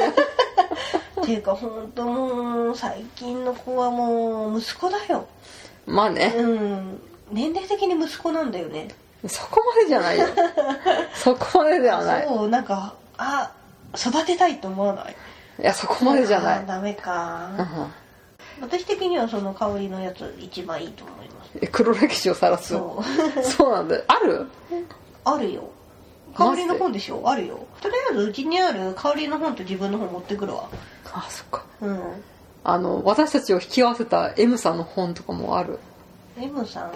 [SPEAKER 2] っていうか本当もう最近の子はもう息子だよ
[SPEAKER 1] まあね
[SPEAKER 2] うん年齢的に息子なんだよね
[SPEAKER 1] そこまでじゃないよそこまでではない
[SPEAKER 2] そうなんかあ育てたいと思わない
[SPEAKER 1] いやそこまでじゃない
[SPEAKER 2] あー、ダメ
[SPEAKER 1] う
[SPEAKER 2] か
[SPEAKER 1] ん、
[SPEAKER 2] 私的にはその香りのやつ一番いいと思います
[SPEAKER 1] え黒歴史を晒す
[SPEAKER 2] そう
[SPEAKER 1] そうなんだよある
[SPEAKER 2] あるよ香りの本でしょあるよとりあえずうちにある香りの本と自分の本持ってくるわ
[SPEAKER 1] あそっか
[SPEAKER 2] うん
[SPEAKER 1] あの私たちを引き合わせた M さんの本とかもある
[SPEAKER 2] M さん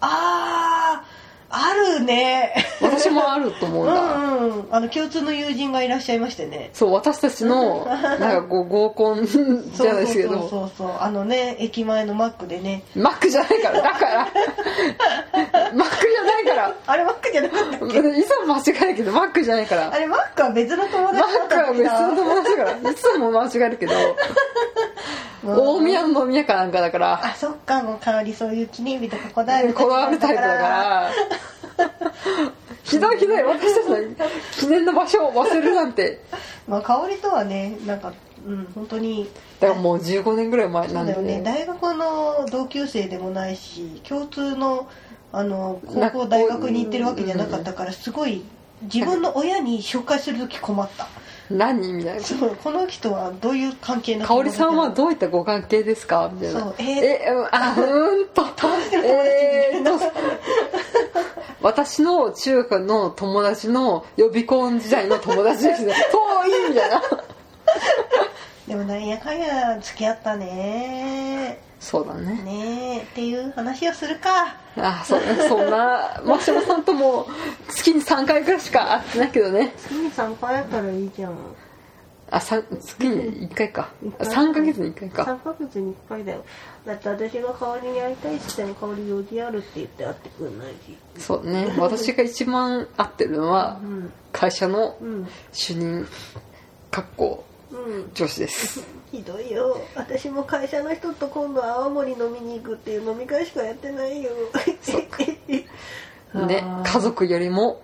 [SPEAKER 2] あーあるね
[SPEAKER 1] 私もあると思
[SPEAKER 2] う
[SPEAKER 1] うんだ、
[SPEAKER 2] んうんあの共通の友人がいらっしゃいましてね
[SPEAKER 1] そう私たちのなんかこう合コンじゃないですけ
[SPEAKER 2] そう
[SPEAKER 1] ど
[SPEAKER 2] そうそうそうあのね駅前のマックでね
[SPEAKER 1] マックじゃないからだから マックじゃないから
[SPEAKER 2] あれマックじゃなかったっけ
[SPEAKER 1] いつも間違えるけどマックじゃないから
[SPEAKER 2] あれマックは別の友達だ
[SPEAKER 1] マッ
[SPEAKER 2] っ
[SPEAKER 1] ク
[SPEAKER 2] た
[SPEAKER 1] は
[SPEAKER 2] っけ
[SPEAKER 1] 別
[SPEAKER 2] な
[SPEAKER 1] の友達だからいつも間違えるけど大宮の飲み屋かなんかだから
[SPEAKER 2] あそっかもう香りそういう記念日とかこだわる
[SPEAKER 1] こだわるタイプだからひどいひどい私たちの記念の場所を忘れるなんて
[SPEAKER 2] まあ香りとはねなんかうん本当に
[SPEAKER 1] だからもう15年ぐらい前
[SPEAKER 2] そ
[SPEAKER 1] な
[SPEAKER 2] うんだ
[SPEAKER 1] で
[SPEAKER 2] よね大学の同級生でもないし共通のあの
[SPEAKER 1] な
[SPEAKER 2] 高校大学に行ってるわけじゃなかったからすごい自分の親に紹介する時困った
[SPEAKER 1] 何みたいな
[SPEAKER 2] そうこの人はどういう関係の
[SPEAKER 1] 香織さんは
[SPEAKER 2] う
[SPEAKER 1] どういったご関係ですかみたいな
[SPEAKER 2] そう
[SPEAKER 1] え
[SPEAKER 2] え
[SPEAKER 1] うんあう ーんとえーっと 私の中学の友達の予備婚時代の友達です ね遠いみたいな
[SPEAKER 2] でもなんやかんや付き合ったね
[SPEAKER 1] そうだね
[SPEAKER 2] ねえっていう話をするか
[SPEAKER 1] あそそんな真島さんとも月に3回ぐらいしか会ってないけどね
[SPEAKER 2] 月に3回やったらいいじゃん
[SPEAKER 1] あさ月に1回か
[SPEAKER 2] 一回
[SPEAKER 1] 3ヶ月に1回か
[SPEAKER 2] 3ヶ月に1回だよだって私が代わりに会いたいって言っても代わり用事あるって言って会ってくんないし
[SPEAKER 1] そうね私が一番会ってるのは
[SPEAKER 2] うん
[SPEAKER 1] 会社の
[SPEAKER 2] うん
[SPEAKER 1] 主任かっこ
[SPEAKER 2] うん
[SPEAKER 1] 上司です
[SPEAKER 2] ひどいよ私も会社の人と今度青森飲みに行くっていう飲み会しかやってないよ
[SPEAKER 1] そっか
[SPEAKER 2] ね
[SPEAKER 1] ね、家族よりも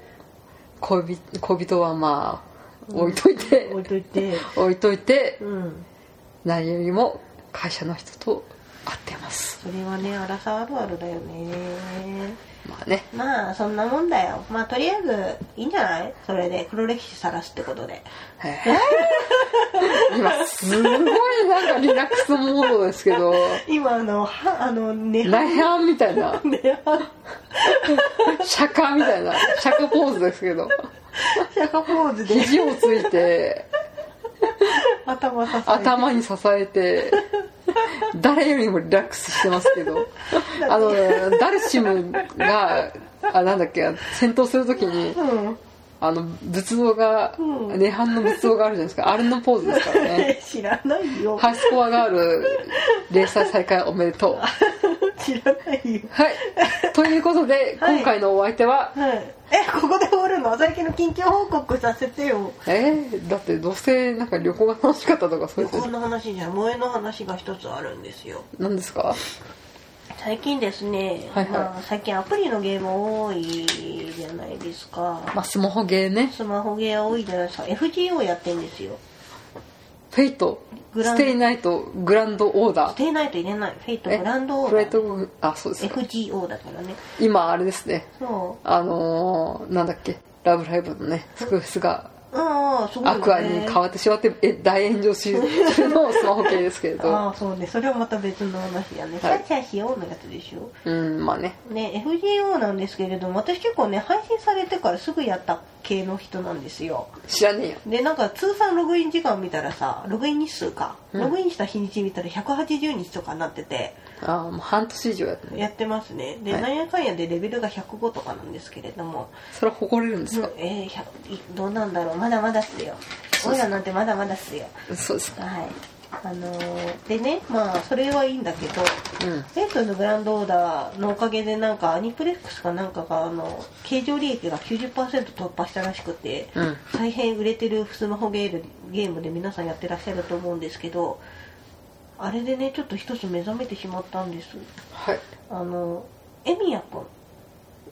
[SPEAKER 1] 恋人恋人はまあ置いといて、
[SPEAKER 2] 置いといて
[SPEAKER 1] 置いといて
[SPEAKER 2] うん
[SPEAKER 1] 何よりも会社の人と会ってます
[SPEAKER 2] それはね荒さあるあるだよね
[SPEAKER 1] まあね
[SPEAKER 2] まあそんなもんだよまあとりあえずいいんじゃないそれで黒歴史さらすってことで
[SPEAKER 1] へえ 今すごいなんかリラックスモードですけど
[SPEAKER 2] 今あのはあのね
[SPEAKER 1] 内反みたいな
[SPEAKER 2] ね
[SPEAKER 1] 釈迦みたいな釈迦ポーズですけど
[SPEAKER 2] 釈迦ポーズで
[SPEAKER 1] 肘をついて
[SPEAKER 2] 頭ささ
[SPEAKER 1] 頭に支えて誰よりもリラックスしてますけどあのダルシムがあなんだっけ戦闘するときに
[SPEAKER 2] うん
[SPEAKER 1] あの仏像が
[SPEAKER 2] うん
[SPEAKER 1] 涅槃の仏像があるじゃないですかあれのポーズで すからね
[SPEAKER 2] 知らないよ、
[SPEAKER 1] ハイスコアがある連載再開おめでとう
[SPEAKER 2] 知らないよ
[SPEAKER 1] はいということで、
[SPEAKER 2] はい
[SPEAKER 1] 今回のお相手は
[SPEAKER 2] はいえここで終わるの最近の近況報告させてよ
[SPEAKER 1] えー、だってどうせなんか旅行が楽しかったとかそうい
[SPEAKER 2] 旅
[SPEAKER 1] う
[SPEAKER 2] 行
[SPEAKER 1] こと
[SPEAKER 2] の話じゃない萌えの話が一つあるんですよ
[SPEAKER 1] なんですか
[SPEAKER 2] 最近ですね、
[SPEAKER 1] はいはい
[SPEAKER 2] まあ、最近アプリのゲーム多いじゃないですか
[SPEAKER 1] まあスマホゲーね
[SPEAKER 2] スマホゲー多いじゃないですか FGO やってんですよ
[SPEAKER 1] フェイト
[SPEAKER 2] グラ
[SPEAKER 1] ス
[SPEAKER 2] ン
[SPEAKER 1] テイナイトグランドオーダ
[SPEAKER 2] ス
[SPEAKER 1] ー
[SPEAKER 2] テイナイト入れないフェイト
[SPEAKER 1] え
[SPEAKER 2] グランドオ
[SPEAKER 1] フレ
[SPEAKER 2] ー
[SPEAKER 1] イ
[SPEAKER 2] ダー
[SPEAKER 1] トあそうですか
[SPEAKER 2] FGO だからね
[SPEAKER 1] 今あれですね
[SPEAKER 2] そ
[SPEAKER 1] あのー、なんだっけ「ラブライブ!」のねスクフスが
[SPEAKER 2] うああすごい、ね、
[SPEAKER 1] アクアに変わってしまってえ大炎上しするのをスマホ系ですけれど
[SPEAKER 2] ああそうねそれはまた別の話やね、
[SPEAKER 1] は
[SPEAKER 2] シャ
[SPEAKER 1] い
[SPEAKER 2] ーシャーしようのやつでしょ
[SPEAKER 1] うんまあね
[SPEAKER 2] ね FGO なんですけれども私結構ね配信されてからすぐやった系の人なんですよ
[SPEAKER 1] 知らねえよ
[SPEAKER 2] でなんか通算ログイン時間見たらさログイン日数か、
[SPEAKER 1] うん
[SPEAKER 2] ログインした日にち見たら180日とかになってて
[SPEAKER 1] あーもう半年以上やってね
[SPEAKER 2] やってますねで、
[SPEAKER 1] はい
[SPEAKER 2] なんやかんやでレベルが105とかなんですけれども、
[SPEAKER 1] それは誇れるんですか、
[SPEAKER 2] えー100いどうなんだろうまだまだっすよ
[SPEAKER 1] そう
[SPEAKER 2] オ
[SPEAKER 1] っす
[SPEAKER 2] ラなんてまだまだっすよ
[SPEAKER 1] そうですか
[SPEAKER 2] はいあのーでねまあそれはいいんだけど
[SPEAKER 1] うん
[SPEAKER 2] フェイトのグランドオーダーのおかげでなんかアニプレックスかなんかがあの経常利益が90%突破したらしくて、
[SPEAKER 1] うん
[SPEAKER 2] 大変売れてるスマホゲームゲームで皆さんやってらっしゃると思うんですけどあれでねちょっと一つ目覚めてしまったんです
[SPEAKER 1] はい
[SPEAKER 2] あのエミヤくん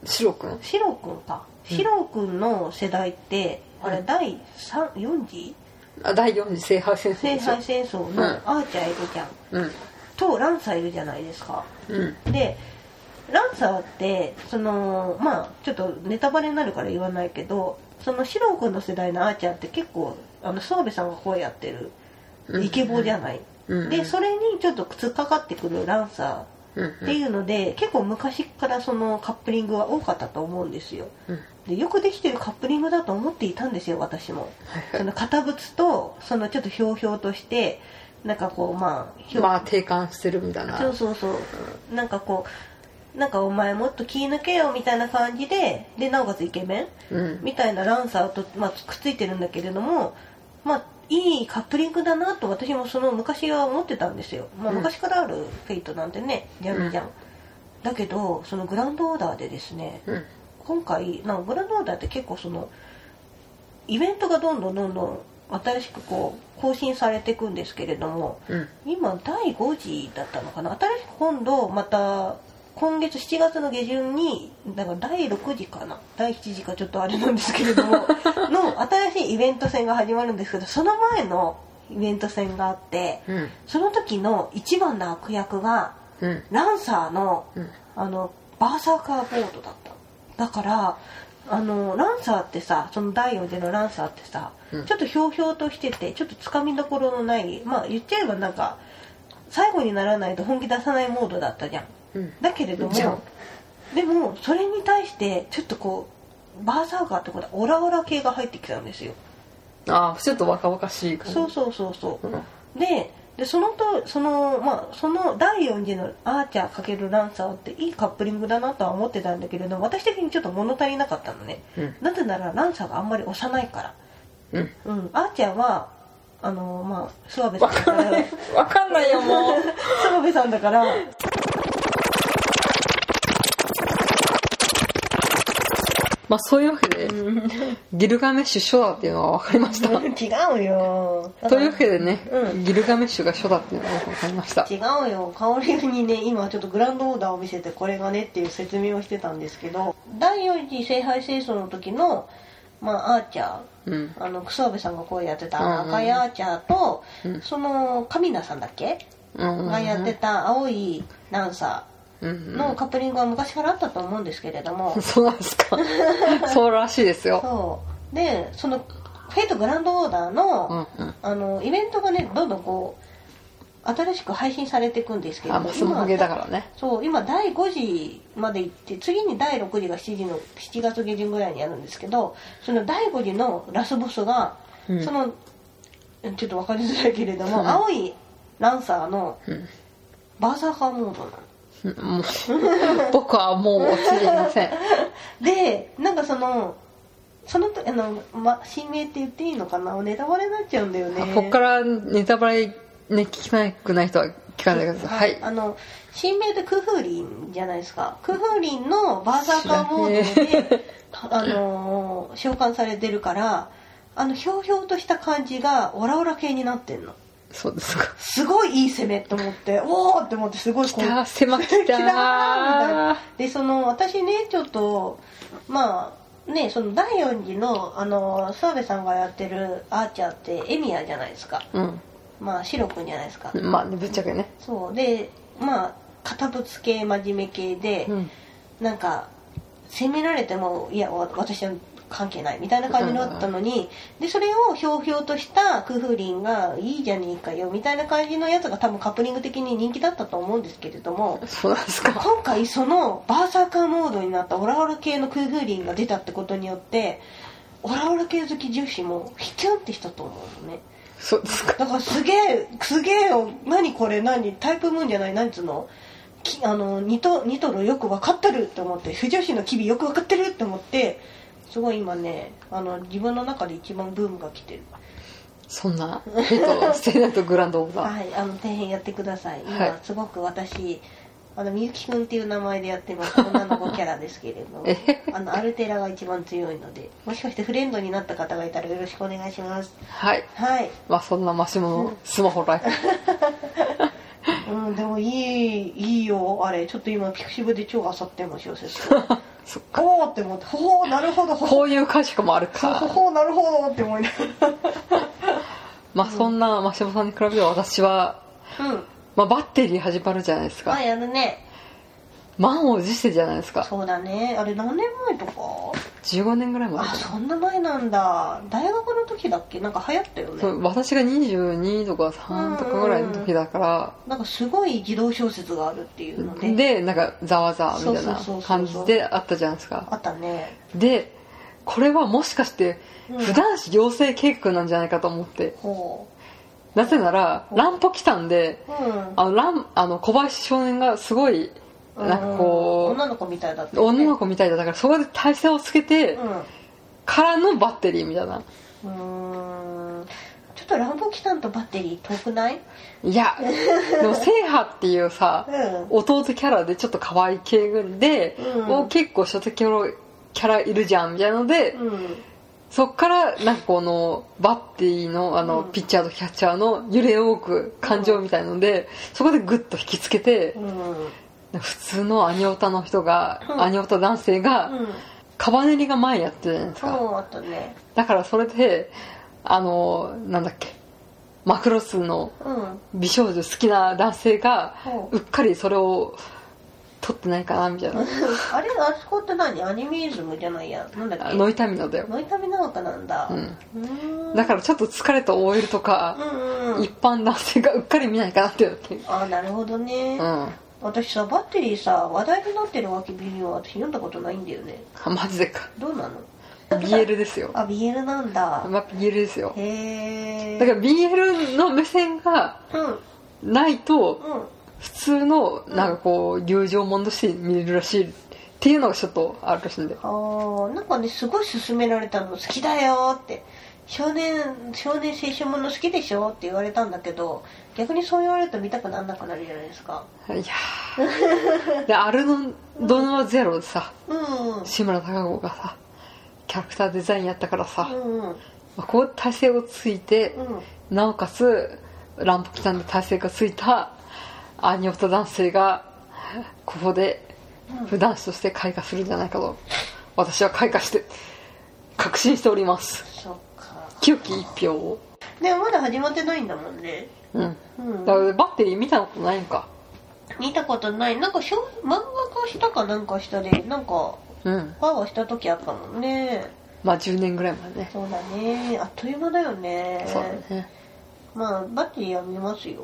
[SPEAKER 1] シロ君
[SPEAKER 2] シロくんか
[SPEAKER 1] うん
[SPEAKER 2] シロくんの世代って、あ
[SPEAKER 1] う
[SPEAKER 2] れ
[SPEAKER 1] ん
[SPEAKER 2] 第3 4次
[SPEAKER 1] あ第4次聖杯戦争
[SPEAKER 2] 制
[SPEAKER 1] でしょ
[SPEAKER 2] 裁戦争
[SPEAKER 1] うん
[SPEAKER 2] のアーチャーいるじゃん、
[SPEAKER 1] うん
[SPEAKER 2] とランサいるじゃないですか
[SPEAKER 1] うん
[SPEAKER 2] でランサーってそのまあちょっとネタバレになるから言わないけどそのシロー君の世代のあーちゃんって結構あの澤部さんが声やってる
[SPEAKER 1] うん
[SPEAKER 2] イケボじゃない、
[SPEAKER 1] うん
[SPEAKER 2] でそれにちょっと突っかかってくるランサ
[SPEAKER 1] うん
[SPEAKER 2] ーっていうので、結構昔からそのカップリングは多かったと思うんですよ
[SPEAKER 1] うんうん
[SPEAKER 2] でよくできてるカップリングだと思っていたんですよ私も
[SPEAKER 1] はい
[SPEAKER 2] そ
[SPEAKER 1] は
[SPEAKER 2] の堅物とそのちょっとひょうひょうとしてなんかこうまあひ
[SPEAKER 1] い
[SPEAKER 2] ょう
[SPEAKER 1] まあ定款してるみたいな
[SPEAKER 2] そうそうそうなんかこうなんかお前もっと気抜けよみたいな感じででなおかつイケメ
[SPEAKER 1] うん
[SPEAKER 2] ンみたいなランサーと、まあ、くっついてるんだけれどもまあいいカップリングだなと私もその昔は思ってたんですよ、まあ、
[SPEAKER 1] うん
[SPEAKER 2] 昔からあるフェイトなんてねやるじゃん、だけどそのグランドオーダーでですね
[SPEAKER 1] うん
[SPEAKER 2] 今回なんかグランドオーダーって結構そのイベントがどんどんどんどん新しくこう更新されていくんですけれども、
[SPEAKER 1] うん
[SPEAKER 2] 今第5次だったのかな新しく今度また今月7月の下旬にだから第6次かな第7次かちょっとあれなんですけれどもの新しいイベント戦が始まるんですけどその前のイベント戦があって
[SPEAKER 1] うん
[SPEAKER 2] その時の一番の悪役が
[SPEAKER 1] うん
[SPEAKER 2] ランサーの
[SPEAKER 1] うん
[SPEAKER 2] あのバーサーカーボードだっただからあのランサーってさその第4次のランサーってさ、
[SPEAKER 1] うん
[SPEAKER 2] ちょっとひょうひょうとしててちょっとつかみどころのないまあ言っちゃえばなんか最後にならないと本気出さないモードだったじゃん
[SPEAKER 1] うん
[SPEAKER 2] だけれども
[SPEAKER 1] じゃん
[SPEAKER 2] でもそれに対してちょっとこうバーサーカーってことはオラオラ系が入ってきたんですよ、
[SPEAKER 1] ああちょっと若々しい感じ
[SPEAKER 2] そうそうそうそう
[SPEAKER 1] うん
[SPEAKER 2] ででそのとそのまあその第4次のアーチャー×ランサーっていいカップリングだなとは思ってたんだけれど私的にちょっと物足りなかったのね
[SPEAKER 1] うん
[SPEAKER 2] なぜならランサーがあんまり幼いか
[SPEAKER 1] うん
[SPEAKER 2] らうんアーチャーはあのまあ諏訪部さんだから 諏
[SPEAKER 1] わかんないよもう
[SPEAKER 2] 訪部さんだから
[SPEAKER 1] まあそういうわけで、ギルガメッシュ初だっていうのは分かりました。
[SPEAKER 2] 違うよ
[SPEAKER 1] というわけでね、
[SPEAKER 2] うん
[SPEAKER 1] ギルガメッシュが初だっていうのは分かりました。
[SPEAKER 2] 違うよ香りにね今ちょっとグランドオーダーを見せてこれがねっていう説明をしてたんですけど第4次聖杯戦争の時のまあアーチャー
[SPEAKER 1] うん。
[SPEAKER 2] あの草部さんが声やって
[SPEAKER 1] うんうん
[SPEAKER 2] た赤いアーチャーと、
[SPEAKER 1] うん
[SPEAKER 2] その神名さんだっけ、
[SPEAKER 1] うん。
[SPEAKER 2] がやってた青いダンサ
[SPEAKER 1] うん
[SPEAKER 2] ーのカップリングは昔からあったと思うんですけれど も、
[SPEAKER 1] うん。そうなんですか。そうらしいですよ。
[SPEAKER 2] そうでそのフェイトグランドオーダーの,、
[SPEAKER 1] うんうん。
[SPEAKER 2] あのイベントがねどんどんこう新しく配信されていくんですけれど
[SPEAKER 1] あ、ま
[SPEAKER 2] も
[SPEAKER 1] あ、スマホゲーだからね。
[SPEAKER 2] そう今第5次まで行って次に第6次が7時の7月下旬ぐらいにやるんですけどその第5次のラスボスが、
[SPEAKER 1] うん
[SPEAKER 2] そのちょっと分かりづらいけれども、
[SPEAKER 1] うん
[SPEAKER 2] 青いランサーの
[SPEAKER 1] うん
[SPEAKER 2] バーサーカーモードなの。
[SPEAKER 1] うん もう僕はもう落ちていません。
[SPEAKER 2] でなんかそのそのとあの、ま、新名って言っていいのかなネタバレになっちゃうんだよね
[SPEAKER 1] こっからネタバレね、聞きたくない人は聞かせてください。はい。
[SPEAKER 2] あの新名でクフーリンじゃないですかクフーリンのバーザーカーモード で、あのー召喚されてるからあのひょうひょうとした感じがオラオラ系になってんの
[SPEAKER 1] そう ですか。
[SPEAKER 2] すごいいい攻めって思っておおって思ってすごい
[SPEAKER 1] 来
[SPEAKER 2] こう
[SPEAKER 1] た、狭く来
[SPEAKER 2] 来たーみたい
[SPEAKER 1] た
[SPEAKER 2] な。でその私ねちょっとまあねその第4次のあの澤部さんがやってるアーチャーってエミヤじゃないですか
[SPEAKER 1] うん。
[SPEAKER 2] まあシロ君じゃないですか、
[SPEAKER 1] まあ、ぶっちゃけね。
[SPEAKER 2] そうでまあ堅物系真面目系で、
[SPEAKER 1] うん。
[SPEAKER 2] なんか責められてもいやわ私は関係ないみたいな感じだったのに、でそれをひょうひょうとしたクフリンがいいじゃねえかよみたいな感じのやつが多分カップリング的に人気だったと思うんですけれども
[SPEAKER 1] そうなんですか。
[SPEAKER 2] 今回そのバーサーカーモードになったオラオラ系のクーフーリンが出たってことによってオラオラ系好き重視もヒキュンってしたと思うのね
[SPEAKER 1] そうですか。
[SPEAKER 2] だからすげえすげえよ何これ何タイプムーンじゃない何つうのきあのニトニトロよく分かってるって思って不女子の機微よく分かってるって思ってすごい今ねあの自分の中で一番ブームが来てる
[SPEAKER 1] そんな、えっと、ステイナイトグランドオーバー。
[SPEAKER 2] はいあの大変やってください今、
[SPEAKER 1] はい
[SPEAKER 2] すごく私あのみゆきくんっていう名前でやって ます女の子キャラですけれども
[SPEAKER 1] えへ
[SPEAKER 2] あのアルテラが一番強いのでもしかしてフレンドになった方がいたらよろしくお願いします
[SPEAKER 1] はい。
[SPEAKER 2] はい、
[SPEAKER 1] まあ、そんなマシモのスマホライフ。
[SPEAKER 2] うん、でもいいいいよあれちょっと今ピクシブで超あさっても小説
[SPEAKER 1] そっか。
[SPEAKER 2] おおって思ってほほなるほどほほ
[SPEAKER 1] こういう解釈もある
[SPEAKER 2] ほ
[SPEAKER 1] か。
[SPEAKER 2] ほなるほどって思いなが
[SPEAKER 1] まあ、そんなマシモさんに比べれば私は、
[SPEAKER 2] らうん
[SPEAKER 1] まあ、バッテリー始まるじゃないです
[SPEAKER 2] あ
[SPEAKER 1] か。
[SPEAKER 2] やるね
[SPEAKER 1] 満を持してじゃないですか。
[SPEAKER 2] そうだねあれ何年前とか
[SPEAKER 1] 15年ぐらい前
[SPEAKER 2] あ
[SPEAKER 1] かな
[SPEAKER 2] そんな前なんだ大学の時だっけなんか流行ったよ
[SPEAKER 1] そ
[SPEAKER 2] ね
[SPEAKER 1] う私が22とか3とかぐらいの時だか
[SPEAKER 2] なんかすごい児童小説があるっていうの
[SPEAKER 1] ら
[SPEAKER 2] で
[SPEAKER 1] でなんかざわざわみたいな
[SPEAKER 2] そうそうそうそう
[SPEAKER 1] 感じであったじゃないです
[SPEAKER 2] あ
[SPEAKER 1] か
[SPEAKER 2] ったね
[SPEAKER 1] でこれはもしかして
[SPEAKER 2] うん
[SPEAKER 1] 普段子養成計画なんじゃないかと思って
[SPEAKER 2] ほ
[SPEAKER 1] なぜなら
[SPEAKER 2] うん
[SPEAKER 1] 乱歩来たんで
[SPEAKER 2] ううん
[SPEAKER 1] あの乱あの小林少年がすごいなんかこ
[SPEAKER 2] 女の子みたいだった
[SPEAKER 1] う女の
[SPEAKER 2] 子
[SPEAKER 1] 子みたいだだからそこで体勢をつけてからのバッテリーみたいな
[SPEAKER 2] うんうーんちょっとランボキタンとバッテリー遠くない
[SPEAKER 1] いやでも制覇っていうさ
[SPEAKER 2] う
[SPEAKER 1] 弟キャラでちょっと可愛い系で、
[SPEAKER 2] うん
[SPEAKER 1] を結構初手キャラキャラいるじゃんみたいなので、
[SPEAKER 2] んうん
[SPEAKER 1] そっからなんかこのバッティのあの、
[SPEAKER 2] うん
[SPEAKER 1] ピッチャーとキャッチャーの揺れ動く感情みたいので、そこでグッと引きつけて、
[SPEAKER 2] うん
[SPEAKER 1] 普通のアニオタの人が、
[SPEAKER 2] うん
[SPEAKER 1] アニオタ男性が、
[SPEAKER 2] うん
[SPEAKER 1] カバネリが前やってるじゃないです
[SPEAKER 2] そ
[SPEAKER 1] か、
[SPEAKER 2] うあったね
[SPEAKER 1] だからそれであのなんだっけマクロスの
[SPEAKER 2] うん
[SPEAKER 1] 美少女好きな男性が
[SPEAKER 2] ほう
[SPEAKER 1] うっかりそれを取ってないかなみたいな
[SPEAKER 2] あれあそこって何アニメイズムじゃないやなんだっ
[SPEAKER 1] あ
[SPEAKER 2] け
[SPEAKER 1] ノイタミナだよ、
[SPEAKER 2] ノイタミナオカなんだ
[SPEAKER 1] うん、
[SPEAKER 2] うーん
[SPEAKER 1] だからちょっと疲れた OL とか、
[SPEAKER 2] うんうん
[SPEAKER 1] 一般男性がうっかり見ないかなっていうの
[SPEAKER 2] あなるほどね
[SPEAKER 1] うん
[SPEAKER 2] 私さバッテリーさ話題になってるわけ微妙私読んだことないんだよね
[SPEAKER 1] あマジでか
[SPEAKER 2] どうなの
[SPEAKER 1] BL ですよ
[SPEAKER 2] あ BL なんだ
[SPEAKER 1] まあ BL ですよ
[SPEAKER 2] へえ
[SPEAKER 1] だから BL の目線が
[SPEAKER 2] らうん
[SPEAKER 1] ないと
[SPEAKER 2] うん
[SPEAKER 1] 普通のなんかこう友情もんとして見れるらしいっていうのがちょっとあるらしいんで
[SPEAKER 2] あーなんかねすごい勧められたの好きだよって少年少年青春もの好きでしょって言われたんだけど逆にそう言われると見たくなんなくなるじゃないですか
[SPEAKER 1] いや ーでアルノドノアゼロでさ
[SPEAKER 2] うん
[SPEAKER 1] 志村貴子がさキャラクターデザインやったからさ、
[SPEAKER 2] うんうん
[SPEAKER 1] まあこう体勢をついて、
[SPEAKER 2] うん
[SPEAKER 1] なおかつランプキタンの体勢がついたアニオタ男性がここで普段子として開花するんじゃないかと私は開花して確信しております
[SPEAKER 2] そっか
[SPEAKER 1] 清き一票を
[SPEAKER 2] でもまだ始まってないんだもんね
[SPEAKER 1] うん
[SPEAKER 2] うん
[SPEAKER 1] だからバッテリー見たことないのか
[SPEAKER 2] 見たことないなんかしょ漫画化したかなんかしたでなんか
[SPEAKER 1] うん
[SPEAKER 2] ファーはした時あったもんね
[SPEAKER 1] まあ10年ぐらい前ね
[SPEAKER 2] そうだねあっという間だよね
[SPEAKER 1] そうだね
[SPEAKER 2] まあバッテリーは見ますよ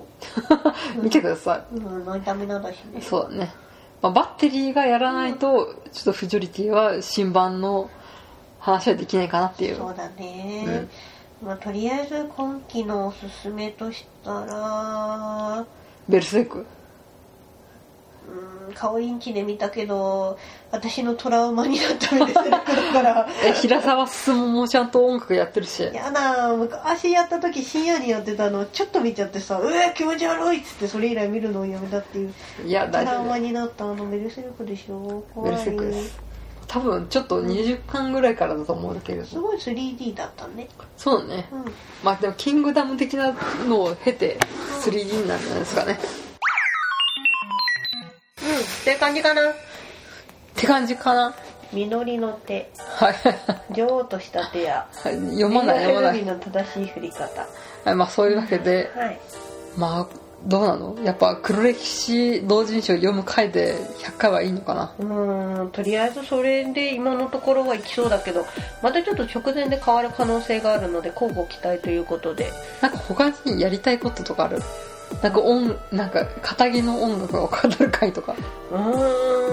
[SPEAKER 1] 見てくださ
[SPEAKER 2] うんノイタミナだし
[SPEAKER 1] い
[SPEAKER 2] ね
[SPEAKER 1] そうだね、まあ、バッテリーがやらないとちょっとフジョリティは新版の話はできないかなっていう
[SPEAKER 2] そうだね、まあとりあえず今期のおすすめとしたら
[SPEAKER 1] ベルセルク
[SPEAKER 2] うーん顔インチで見たけど私のトラウマになったみたいなだから
[SPEAKER 1] え平沢進もちゃんと音楽やってるし
[SPEAKER 2] やだ昔やった時深夜にやってたのちょっと見ちゃってさ「うわ気持ち悪い」っつってそれ以来見るのをやめたっていう
[SPEAKER 1] いや
[SPEAKER 2] ト
[SPEAKER 1] 大
[SPEAKER 2] ラ
[SPEAKER 1] 丈
[SPEAKER 2] ウ
[SPEAKER 1] 夫
[SPEAKER 2] マになったあのメルセルクでしょ
[SPEAKER 1] ベ
[SPEAKER 2] 怖い
[SPEAKER 1] ルセックです多分ちょっと20巻ぐらいからだと思うんだけれ
[SPEAKER 2] す
[SPEAKER 1] ど
[SPEAKER 2] ごい 3D だったね
[SPEAKER 1] そうね
[SPEAKER 2] うん
[SPEAKER 1] まあでもキングダム的なのを経て 3D になるんじゃないですかね
[SPEAKER 2] うんっていう感じかな
[SPEAKER 1] って感じかな
[SPEAKER 2] 実りの手
[SPEAKER 1] はい
[SPEAKER 2] 女王とした手や
[SPEAKER 1] 読まない読まな
[SPEAKER 2] 手
[SPEAKER 1] い
[SPEAKER 2] の正しい振り方
[SPEAKER 1] はいまあそういうわけで
[SPEAKER 2] はい
[SPEAKER 1] まあどうなのやっぱ黒歴史同人誌を読む回で100回はいいのかな
[SPEAKER 2] うーんとりあえずそれで今のところはいきそうだけどまたちょっと直前で変わる可能性があるので交互期待ということで
[SPEAKER 1] なんか他にやりたいこととかあるなんか音なんか片木の音楽を語る回とか
[SPEAKER 2] う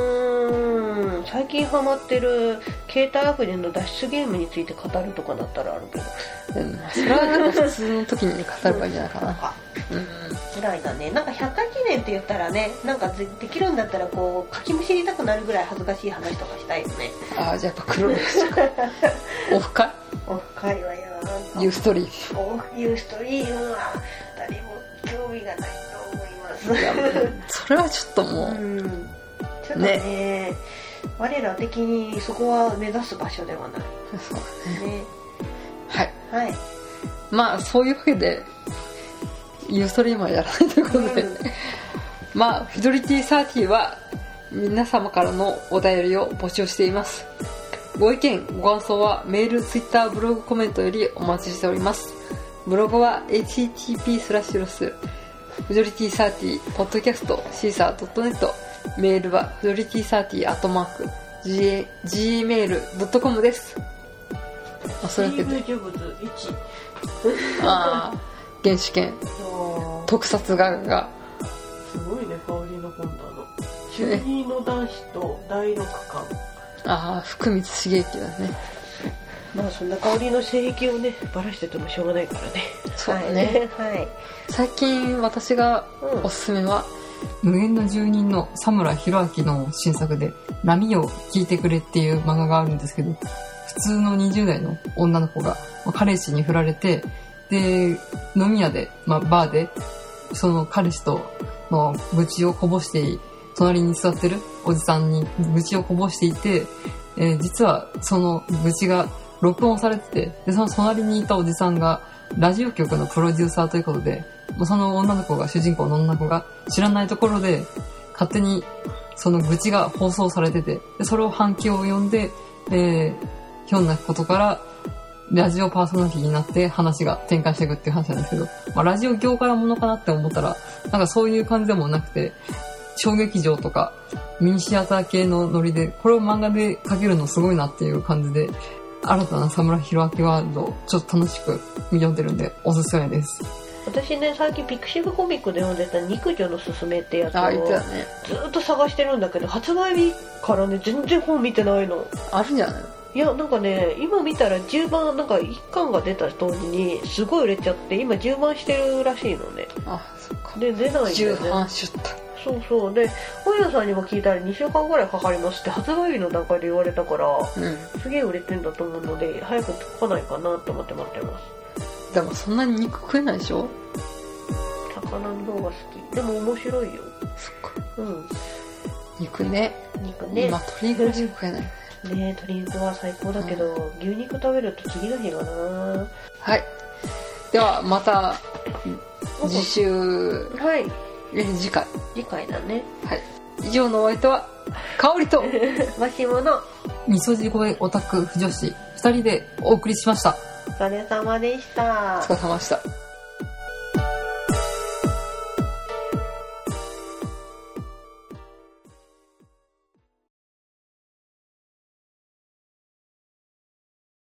[SPEAKER 2] ーん最近ハマってる携帯アプリの脱出ゲームについて語るとかだったらあるけど
[SPEAKER 1] うんそれはなんか普通の時に語ればいいんじゃないか
[SPEAKER 2] なん
[SPEAKER 1] な
[SPEAKER 2] か
[SPEAKER 1] うん
[SPEAKER 2] ぐらいだねなんか100回記念って言ったらねなんかぜできるんだったらこう書きむしりたくなるぐらい恥ずかしい話とかしたいよね
[SPEAKER 1] ああじゃあやっぱ黒歴史かオフ会
[SPEAKER 2] オフ会はやらん
[SPEAKER 1] ユ
[SPEAKER 2] と
[SPEAKER 1] ーストリーム
[SPEAKER 2] オフユーストリームは誰も興味がないと思います
[SPEAKER 1] いやもうそれはちょっともう、
[SPEAKER 2] うんちょっとね我ら的にそこは目指す場所ではない
[SPEAKER 1] そうだね
[SPEAKER 2] ね
[SPEAKER 1] はい
[SPEAKER 2] はい、
[SPEAKER 1] まあそういうわけでユーストリームはやらないということで、
[SPEAKER 2] うん
[SPEAKER 1] まあフィドリティサーティは皆様からのお便りを募集していますご意見ご感想はメールツイッターブログコメントよりお待ちしておりますブログは http スラッシュロスフジョリティサーティポッドキャストシーサー .net メールはフジョリティサーティアットマーク gmail.com ですあそういうわけで
[SPEAKER 2] 呪物1
[SPEAKER 1] ああ原始権
[SPEAKER 2] あ
[SPEAKER 1] 特撮画が
[SPEAKER 2] すごいね香りの本棚
[SPEAKER 1] 中
[SPEAKER 2] 二の男子と第六巻
[SPEAKER 1] ああ福光茂之だね
[SPEAKER 2] まあそんな香りの性癖をねバラしててもしょうがないからね
[SPEAKER 1] そうだね
[SPEAKER 2] はい、
[SPEAKER 1] 最近私が
[SPEAKER 2] うん
[SPEAKER 1] おすすめは、
[SPEAKER 3] 無限の住人の佐村弘明の新作で、波を聞いてくれっていう漫画があるんですけど、普通の20代の女の子が、まあ彼氏に振られて、で、飲み屋で、まあ、バーで、その彼氏との愚痴をこぼしてい、隣に座ってるおじさんに愚痴をこぼしていて、えー実はその愚痴が録音されてて、で、その隣にいたおじさんが、ラジオ局のプロデューサーということで、まあその女の子が、主人公の女の子が知らないところで勝手にその愚痴が放送されてて、でそれを反響を呼んで、えー、ひょんなことからラジオパーソナリティになって話が展開していくっていう話なんですけど、まあ、ラジオ業界のものかなって思ったら、なんかそういう感じでもなくて、小劇場とかミニシアター系のノリで、これを漫画で描けるのすごいなっていう感じで、新たな佐村弘明ワールドをちょっと楽しく読んでるんでおすすめです。
[SPEAKER 2] 私ね最近ピクシブコミックで読んでた「肉女のすすめ」ってやつ
[SPEAKER 1] ああ言って
[SPEAKER 2] を
[SPEAKER 1] たね
[SPEAKER 2] ずーっと探してるんだけど発売日からね全然本見てないの
[SPEAKER 1] あるんじゃない
[SPEAKER 2] いやなんかね今見たら10番なんか1巻が出た当時にすごい売れちゃって今10番してるらしいのね
[SPEAKER 1] あそっか
[SPEAKER 2] で出ないんだ
[SPEAKER 1] 重
[SPEAKER 2] よね
[SPEAKER 1] 版出版
[SPEAKER 2] そうそうで本屋さんにも聞いたら2週間ぐらいかかりますって発売日の段階で言われたから
[SPEAKER 1] うん
[SPEAKER 2] すげえ売れてんだと思うので早く届かないかなと思って待ってます
[SPEAKER 1] でもそんなに肉食えないでしょ
[SPEAKER 2] 魚の方が好きでも面白いよ
[SPEAKER 1] そっか
[SPEAKER 2] うん
[SPEAKER 1] 肉ね
[SPEAKER 2] 肉ね
[SPEAKER 1] まあ鶏肉しか食えない
[SPEAKER 2] ね鶏肉は最高だけど、牛肉食べると次の日がな
[SPEAKER 1] はいではまた次週
[SPEAKER 2] はい
[SPEAKER 1] え次回
[SPEAKER 2] 次回だね
[SPEAKER 1] 以上のお相手は香りと
[SPEAKER 2] マシモの
[SPEAKER 3] みそじ声オタク不女子2人でお送りしました。
[SPEAKER 2] お疲れ様でした
[SPEAKER 1] お疲れ様でした